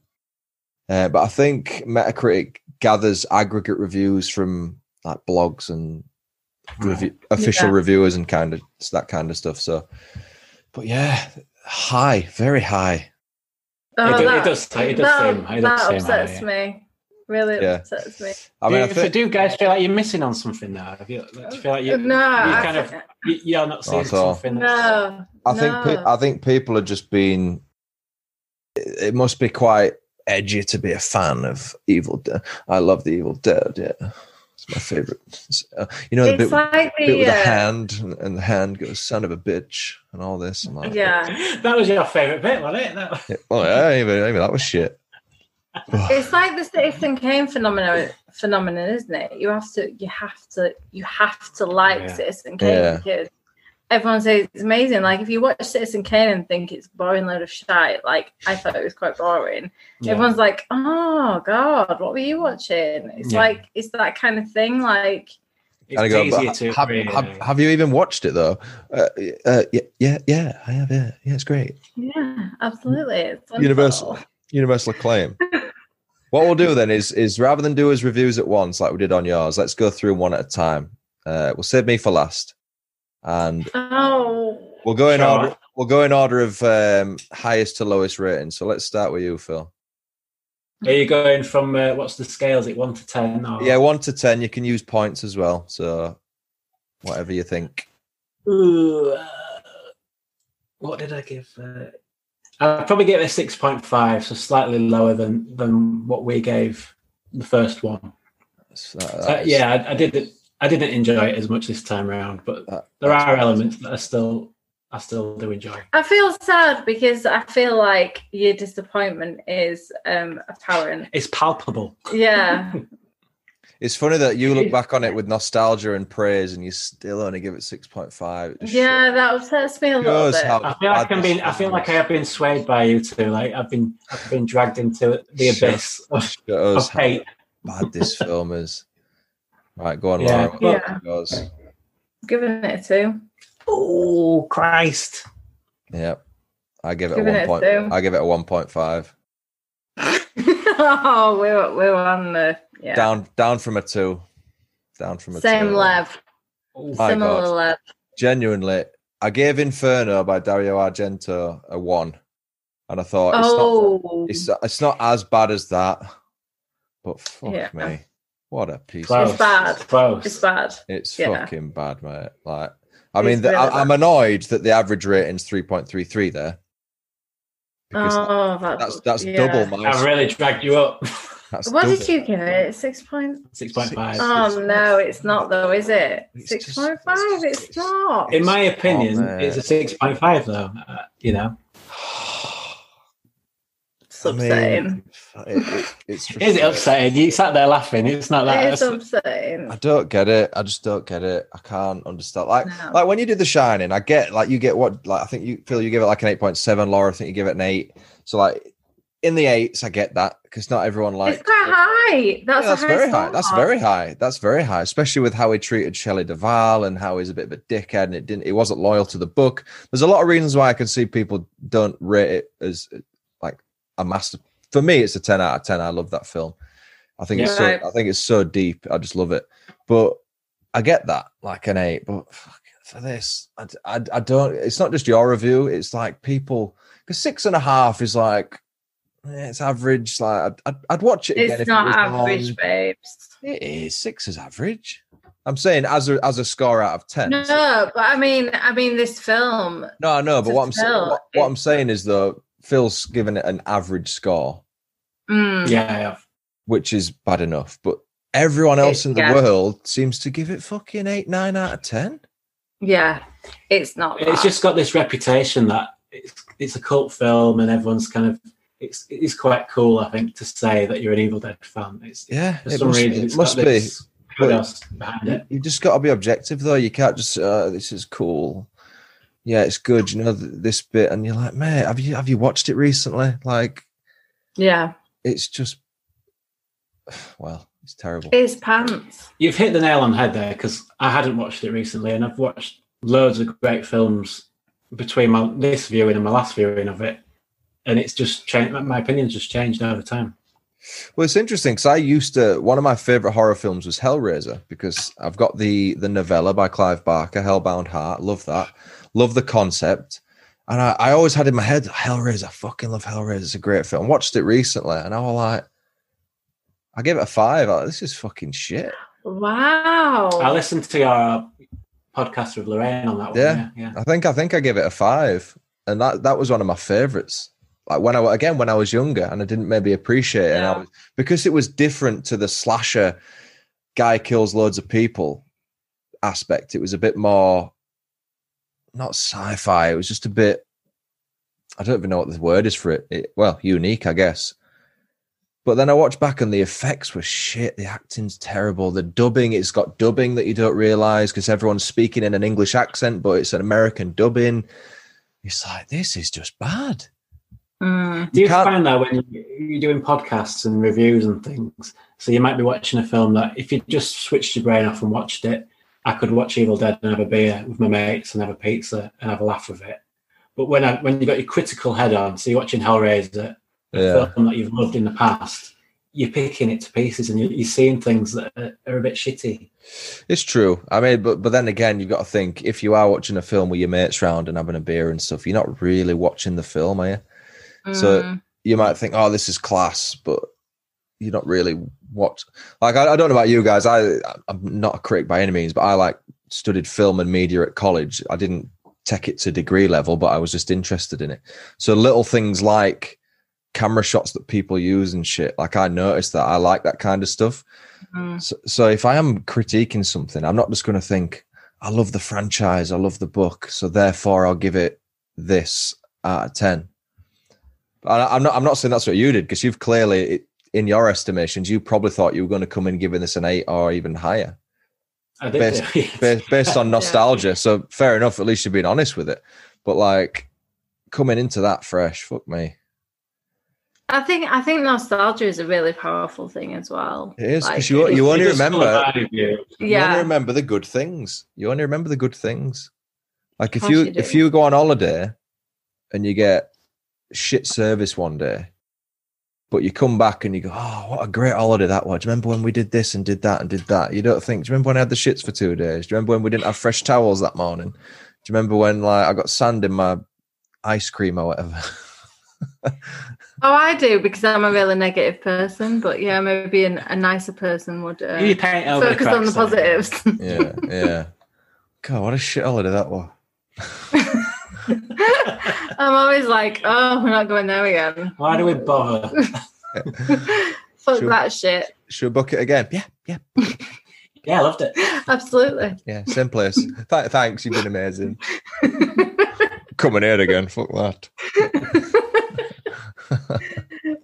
A: Uh, but I think Metacritic gathers aggregate reviews from like blogs and
C: Hmm.
A: review, official
B: Yeah.
A: reviewers and kind of that kind of stuff. So, but yeah, high, very high.
B: Oh,
C: do- it
B: that-
C: does- it does
B: that,
C: seem- it does
B: that
C: seem
B: upsets
C: high.
B: me. Really
A: Yeah.
B: upsets me.
A: I mean, I
C: do,
A: think
C: do you guys feel like you're missing on something now? Have you, like, do you feel like you,
B: no,
C: you
B: I
C: kind of
B: think-
C: you- you're not seeing
A: Not at all.
C: something? that's-
B: no.
A: I think
B: no.
A: pe- I think people are just being. It it must be quite edgy to be a fan of Evil Dead. I love the Evil Dead. Yeah, it's my favorite. It's, uh, you know, the
B: It's
A: bit, with-
B: like
A: bit with
B: the
A: the
B: uh,
A: hand, and, and the hand goes "son of a bitch" and all this. I'm like,
B: yeah.
C: that was your favourite bit, wasn't it? That
A: yeah, well, yeah, even, even that was shit.
B: It's like the Citizen Kane phenomenon, phenomenon, isn't it? You have to, you have to, you have to like
C: Yeah.
B: Citizen Kane
A: Yeah.
B: because everyone says it's amazing. Like if you watch Citizen Kane and think it's boring load of shite, like I thought it was quite boring.
C: Yeah.
B: Everyone's like, "Oh God, what were you watching?" It's
C: Yeah.
B: like it's that kind of thing. Like
C: it's
A: And I go,
C: easier
A: "But
C: to
A: have,
C: really-
A: have, have you even watched it though? Uh, uh, yeah, yeah, yeah, I have. Yeah, yeah, it's great.
B: yeah, absolutely. It's wonderful.
A: Universal. Universal acclaim. what we'll do then is is rather than do as reviews at once like we did on yours, let's go through one at a time. Uh, we'll save me for last, and
B: Oh,
A: we'll go in
C: Sure.
A: order. We'll go in order of um, highest to lowest rating. So let's start with you, Phil.
C: Are you going from uh, what's the scale? Is it one to ten? Or...
A: Yeah, one to ten. You can use points as well. So whatever you think.
C: Ooh, uh, what did I give? Uh, I probably gave it a six point five, so slightly lower than than what we gave the first one.
A: That's- that-
C: So,
A: that is-
C: Uh, yeah, I, I didn't I didn't enjoy it as much this time around, but
A: that-
C: there
A: that's-
C: are elements that I still I still do enjoy.
B: I feel sad because I feel like your disappointment is um apparent.
C: It's palpable.
B: Yeah.
A: It's funny that you look back on it with nostalgia and praise, and you still only give it six point five.
B: Yeah, that upsets me a little
A: Shows
B: bit.
A: how
C: I feel like
A: bad
C: I'm
A: this
C: being I feel
A: is.
C: like I have been swayed by you two. Like I've been I've been dragged into the
A: Sure.
C: abyss of,
A: Shows
C: of
A: how
C: hate.
A: bad this film is. Right, go on,
C: Yeah.
A: Laura. What
B: Yeah.
A: yours?
B: Giving it a two.
C: Oh Christ.
A: Yeah. I give it
B: Giving
A: a
B: it a
A: one
B: two.
A: point. I give it a one point five.
B: oh, we're we're on the yeah.
A: Down, down from a two. Down from a
B: Same
A: two.
B: lev.
C: Oh,
A: My
B: Similar
A: God.
B: lev.
A: Genuinely, I gave Inferno by Dario Argento a one, and I thought it's not
B: Oh,
A: it's it's not as bad as that, but fuck
B: Yeah.
A: me, what a piece! of
C: close.
B: bad.
C: Close.
B: it's bad.
A: It's
B: Yeah.
A: fucking bad, mate. Like, I
B: It's
A: mean, the,
B: really
A: I, I'm annoyed that the average rating's three point three three there. Because
B: Oh, that-
A: that's that's
B: yeah.
A: double my.
C: I've really dragged you up.
A: that's
B: What
A: double.
B: did you give it? Six point.
C: Six point five.
B: Oh
A: Six.
B: no, it's not though, is it?
A: It's just-
B: Six point five.
A: it's-
B: It's not.
C: In my opinion,
A: Oh, man.
C: it's a six point five though. Uh, you know,
B: It's
A: I mean,
B: upsetting.
A: it- it- it's
C: is it upsetting? You sat there laughing. It's not that.
B: It's upsetting.
A: I don't get it. I just don't get it. I can't understand. Like,
B: No.
A: like when you did The Shining, I get like you get what like I think you Phil, you give it like an eight point seven. Laura, I think you give it an eight. So like in the eights, I get that because not everyone likes.
B: it's quite high. That's,
A: Yeah,
B: a high
A: very high. That's
B: score.
A: very high. That's very high, especially with how he treated Shelley Duvall and how he's a bit of a dickhead and it didn't. It wasn't loyal to the book. There's a lot of reasons why I can see people don't rate it as like a master. For me, it's a ten out of ten. I love that film. I think it's so.
B: Yeah.
A: I think it's so deep. I just love it. But I get that, like an eight. But fuck, for this, I, I, I don't. It's not just your review. It's like people because six and a half is like. eh, It's average. Like I'd, I'd, I'd watch it again. if
B: It's
A: it
B: not
A: was
B: average,
A: on-
B: babes.
A: it is six is average. I'm saying as a as a score out of ten.
B: No, but I mean, I mean, this film.
A: no, I know,
B: it's
A: but
B: a
A: what I'm saying,
B: tell.
A: what, what I'm saying is though, Phil's given it an average score,
B: Mm,
C: Yeah, yeah.
A: which is bad enough. But everyone else in the
B: yeah.
A: world seems to give it fucking eight, nine out of ten.
B: yeah, it's not.
C: It's
B: bad.
C: just got this reputation that it's it's a cult film, and everyone's kind of it's it's quite cool. I think to say that you're an Evil Dead fan. It's
A: Yeah,
C: for
A: it
C: some
A: must,
C: reason
A: it
C: it's
A: must
C: got
A: be.
C: this kudos behind
A: You,
C: it.
A: you just got to be objective though. You can't just uh, this is cool. Yeah, it's good. You know th- this bit, and you're like, mate, have you have you watched it recently? Like,
B: yeah,
A: it's just well, it's terrible.
B: it's pants.
C: You've hit the nail on the head there because I hadn't watched it recently, and I've watched loads of great films between my this viewing and my last viewing of it, and it's just changed. My opinion's just changed over time.
A: Well, it's interesting because I used to. One of my favorite horror films was Hellraiser because I've got the the novella by Clive Barker, Hellbound Heart. Love that. Love the concept. And I, I always had in my head Hellraiser. I fucking love Hellraiser. It's a great film. Watched it recently, and I was like, I gave it a five. Like, this is fucking shit.
B: Wow.
C: I listened to your podcast with Lorraine on that one.
A: Yeah.
C: Yeah, yeah.
A: I think I think I gave it a five, and that that was one of my favorites. Like when I again when I was younger and I didn't maybe appreciate it, and I
B: Yeah.
A: was, because it was different to the slasher guy kills loads of people aspect. It was a bit more not sci-fi. It was just a bit. I don't even know what the word is for it. it well, unique, I guess. But then I watched back and the effects were shit. The acting's terrible. The dubbing, it's got dubbing that you don't realize because everyone's speaking in an English accent, but it's an American dubbing. It's like, this is just bad.
B: Mm.
C: Do you,
A: can't-
C: find that when you- you're doing podcasts and reviews and things, so you might be watching a film that if you just switched your brain off and watched it, I could watch Evil Dead and have a beer with my mates and have a pizza and have a laugh with it. But when I, when you've got your critical head on, so you're watching Hellraiser, a
A: Yeah.
C: film that you've loved in the past, you're picking it to pieces and you're, you're seeing things that are, are a bit shitty.
A: It's true. I mean, but but then again, you've got to think if you are watching a film with your mates round and having a beer and stuff, you're not really watching the film, are you? So-
B: Mm.
A: you might think, oh, this is class, but you're not really what. Like, I, I don't know about you guys. I I'm not a critic by any means, but I like studied film and media at college. I didn't take it to degree level, but I was just interested in it. So little things like camera shots that people use and shit. Like I noticed that I like that kind of stuff.
B: Mm.
A: So, so if I am critiquing something, I'm not just going to think, I love the franchise, I love the book, so therefore I'll give it this out of ten. But I, I'm not. I'm not saying that's what you did because you've clearly, in your estimations, you probably thought you were going to come in giving this an eight or even higher
C: I did
A: Best-
C: yes.
A: based, based on nostalgia. So fair enough. At least you're being honest with it. But like coming into that fresh, fuck me,
B: I think I think nostalgia is a really powerful thing as well.
A: it is
B: Like,
A: because you you only
C: It is
A: remember.
C: still alive, yeah.
A: You only
B: yeah,
A: remember the good things. You only remember the good things. Like if
B: course
A: you
B: you do.
A: if you go on holiday and you get shit service one day, but you come back and you go, Oh, what a great holiday that was. Do you remember when we did this and did that and did that? You don't think, Do you remember when I had the shits for two days? Do you remember when we didn't have fresh towels that morning? Do you remember when like I got sand in my ice cream or whatever?
B: oh, I do because I'm a really negative person. But yeah, maybe an, a nicer person would
C: You
B: uh,
C: paint over
B: focus on the
C: cracks, don't you?
B: positives.
A: yeah, yeah. God, what a shit holiday that was.
B: I'm always like, oh, we're not going there again.
C: Why do we bother?
B: Fuck
A: Sure.
B: that shit.
A: Should we book it again? Yeah, yeah.
C: yeah, I loved it.
B: Absolutely.
A: Yeah, same place. Th- thanks, you've been amazing. Coming out again, fuck that.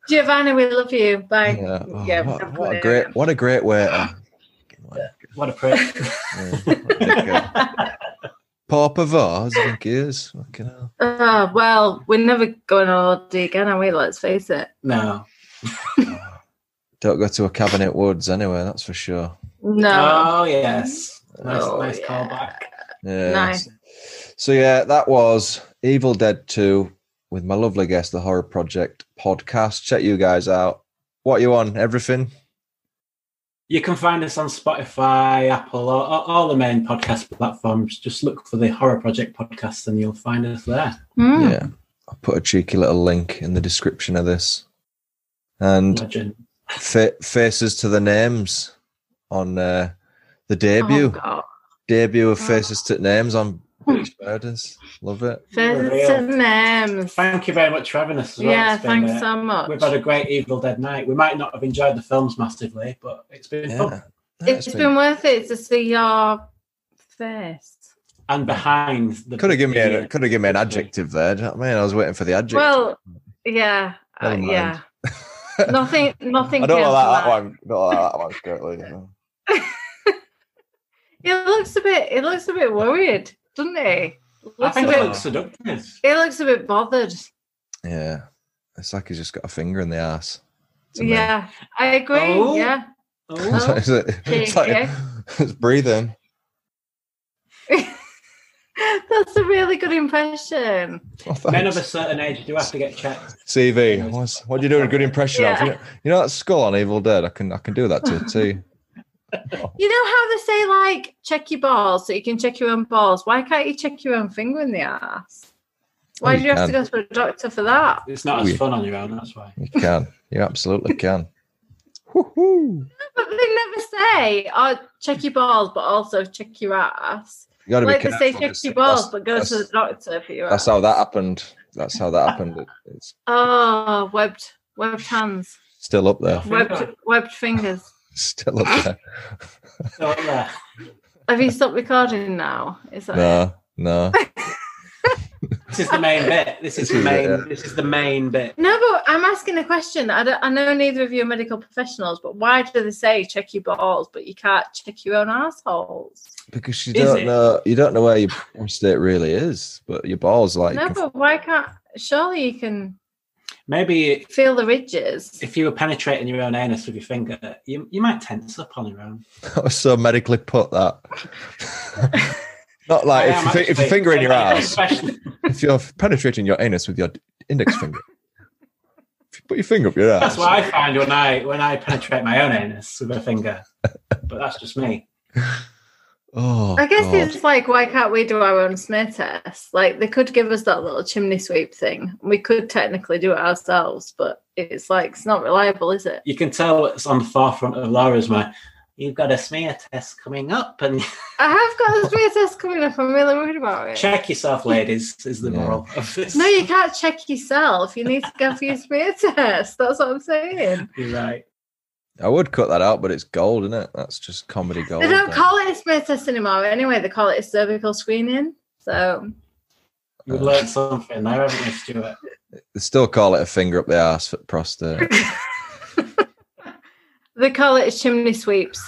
B: Giovanna, we love you. Bye.
A: Yeah, oh, what,
B: I'm
A: what
B: coming
A: a great,
B: in.
A: what a great way. to-
C: What a prick.
A: Yeah, what a dickhead. Papa Vars, I think he is. Fucking hell.
B: Oh, well, we're never going on holiday again, are we? Let's face it.
C: no.
A: Don't go to a cabinet woods anyway, that's for sure.
B: No.
C: Oh, yes. Nice,
B: Oh,
C: nice
B: yeah.
C: callback.
A: Yeah.
B: Nice.
A: So yeah, that was Evil Dead 2 with my lovely guest, the Horror Project podcast. Check you guys out. What you on? Everything?
C: You can find us on Spotify, Apple, all, all- all the main podcast platforms. Just look for the Horror Project podcast and you'll find us there.
B: Mm.
A: Yeah. I'll put a cheeky little link in the description of this. And
C: Legend.
A: fa- faces to the names on uh, the debut
B: Oh, God.
A: debut of faces to names on British
B: Hmm.
A: Murders. Love it.
B: Faces and names.
C: Thank you very much for having us. As well.
B: Yeah,
C: It's been,
B: thanks
C: uh,
B: so much.
C: We've had a great Evil Dead night. We might not have enjoyed the films massively, but it's been fun.
A: Yeah, Yeah,
B: It's been worth it to see your face.
C: And behind the
A: Could have given me
C: Yeah.
A: a, could have given me an adjective there. Do you know what I mean, I was waiting for the adjective.
B: Well, yeah. uh,
A: Never mind.
B: yeah. Nothing, nothing.
A: I don't
B: came
A: like that,
B: from that.
A: one. Don't like that one correctly.
B: It looks a bit. It looks a bit worried, doesn't it?
C: I
B: Looks a
C: think it
B: bit.
C: looks seductive.
B: It looks a bit bothered.
A: Yeah, it's like he's just got a finger in the ass. to me.
B: Yeah, I agree.
C: Oh.
B: Yeah.
A: it's
C: Oh,
A: like, it's like- it's, like, it's breathing.
B: That's a really good impression.
A: Oh,
C: men
A: thanks.
C: of a certain age do have to get checked.
A: CV. What's, what you doing? A good impression of
B: Yeah.
A: you know, you know that skull on Evil Dead. I can I can do that to a T.
B: You know how they say like check your balls so you can check your own balls. Why can't you check your own finger in the ass? Why
A: Oh,
B: do
A: you
B: you have to
A: can.
B: go to a doctor for that?
C: It's not as
A: Weird.
C: fun on your own, that's why.
A: You can. You absolutely can. Woo-hoo.
B: But they never say, "Oh, check your balls," but also check your ass.
A: You got to
B: Like
A: be
B: they say,
A: careful
B: check
A: 'cause
B: your
A: that's-
B: balls, but go to the
A: that's-
B: doctor for your
A: That's
B: ass.
A: how that happened. That's how that happened. It- It's
B: Oh, webbed webbed hands,
A: still up there.
B: webbed webbed fingers.
A: Still up there.
C: Not there.
B: Have you stopped recording now? Is that
A: No, no.
C: This is the main bit. This is
A: This
C: the
A: is it,
C: main.
A: yeah.
C: This is the main bit.
B: No, but I'm asking a question. I, don't, I know neither of you are medical professionals, but why do they say check your balls, but you can't check your own assholes?
A: Because you
C: Is
A: don't
C: it?
A: know you don't know where your prostate really is, but your balls like
B: No, but why can't? Surely you can
C: Maybe
B: feel the ridges.
C: if you were penetrating your own anus with your finger, you, you might tense up on your own.
A: that was so medically put that. Not like Uh,
C: I
A: if,
C: am
A: you fi- if you're
C: actually-
A: fingering your ass,
C: Especially-
A: if you're penetrating your anus with your d- index finger, if you put your finger up your ass.
C: That's what I find when I when I penetrate my own anus with a finger. But that's just me.
A: Oh,
B: I guess
A: God.
B: it's like, why can't we do our own smear test? Like, they could give us that little chimney sweep thing. We could technically do it ourselves, but it's like, it's not reliable, is it?
C: You can tell it's on the forefront of Laura's mind. You've got a smear test coming up, and
B: I have got a smear test coming up. I'm really worried about it.
C: check yourself, ladies. Is the
A: Yeah.
C: moral of this?
B: No, you can't check yourself. You need to go for your smear test. That's what I'm saying.
C: You're right.
A: I would cut that out, but it's gold, isn't it? That's just comedy gold.
B: They don't
A: there.
B: call it a smear test anymore. Anyway, they call it a cervical screening. So
C: We've learned something there, haven't we, Stuart?
A: They still call it a finger up the ass for prostate.
B: they call it a chimney sweeps.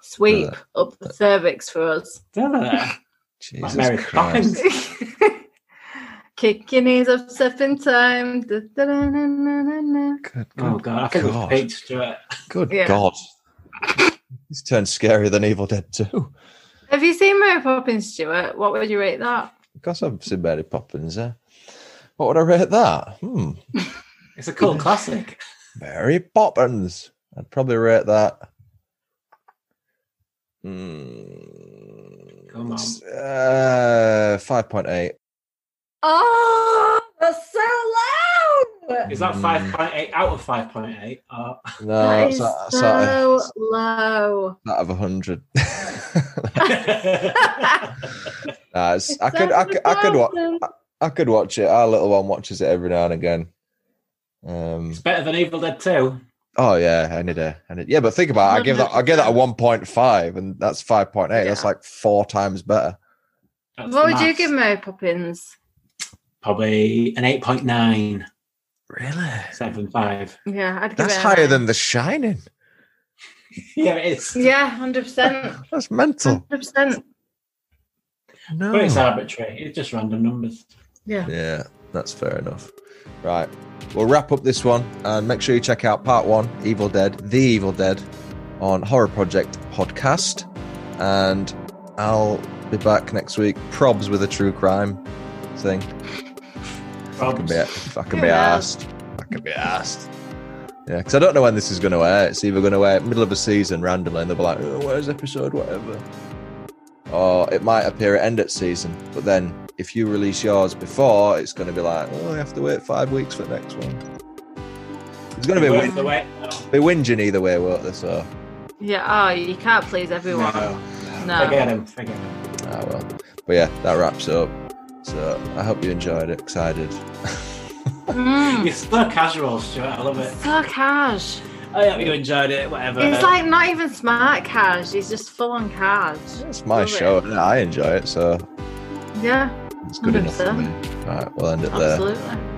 B: Sweep up the cervix for us.
C: Don't know.
A: Jesus
C: Mary
A: Christ.
C: Poppins.
B: Kick your knees up, step in time. Da-da-da-na-na-na-na.
A: Good,
C: Oh
A: good,
C: god, I think
A: God.
C: we've peaked, Stuart.
A: good
B: Yeah.
A: God. This turned scarier than Evil Dead 2. Of
B: Have you seen Mary Poppins, Stuart? What would you rate that?
A: course, I've seen Mary Poppins. Eh? What would I rate that? Hmm.
C: It's a cool classic.
A: Mary Poppins. I'd probably rate that. Hmm.
C: Come on.
A: Uh, 5.8.
B: Oh, that's so loud!
C: Is that
A: Mm.
C: five point eight out of five point eight? Or
A: No,
B: That
A: that's,
B: is
A: that's
B: so
A: out, of,
B: low.
A: out of 100.
C: I
A: Nah, it's- I, could, I, could, I could watch. I could watch it. Our little one watches it every now and again. Um,
C: It's better than Evil Dead 2.
A: oh yeah, any day, any, yeah. But think about it. I give that. I give that a one point five, and that's five point eight. That's
B: Yeah.
A: like four times better.
C: That's
B: What would you
C: maths.
B: give Mary Poppins?
C: Probably an 8.9,
A: Really?
C: 7.5.
B: Yeah, I'd give
A: That's
B: it a
A: higher
B: nine.
A: than The Shining.
C: yeah, it is.
B: Yeah, hundred percent,
A: That's mental.
B: hundred percent.
A: No.
C: But it's arbitrary. It's just random numbers.
B: Yeah.
A: Yeah, that's fair enough. Right. We'll wrap up this one and make sure you check out part one, Evil Dead, The Evil Dead, on Horror Project Podcast. And I'll be back next week, probs with a true crime thing. I can
C: Problems.
A: be, if I can
B: Who
A: be
B: knows?
A: asked. I can be asked. Yeah, because I don't know when this is going to air. It's either going to air middle of a season randomly, and they'll be like, oh, "Where's episode whatever?" Or it might appear at end at season, but then if you release yours before, it's going to be like, "Oh, I have to wait five weeks for the next one." It's going to be
C: Worth
A: win-
C: the wait. No.
A: be whinging either way, won't they? So,
B: Yeah. Oh, you can't please everyone.
C: No.
B: No.
C: Forget him. Forget him.
A: ah well. But yeah, that wraps up. So I hope you enjoyed it. Excited.
B: Mm,
C: You're so casual, Stuart. I love it. uh,
B: so cash.
C: I hope you enjoyed it, whatever.
B: It's like not even smart cash. He's just full on cash.
A: It's my
B: Love it.
A: show, and I enjoy it, so
B: Yeah,
A: it's good enough for me.
B: 100%.
A: Right, we'll end it there.
B: absolutely.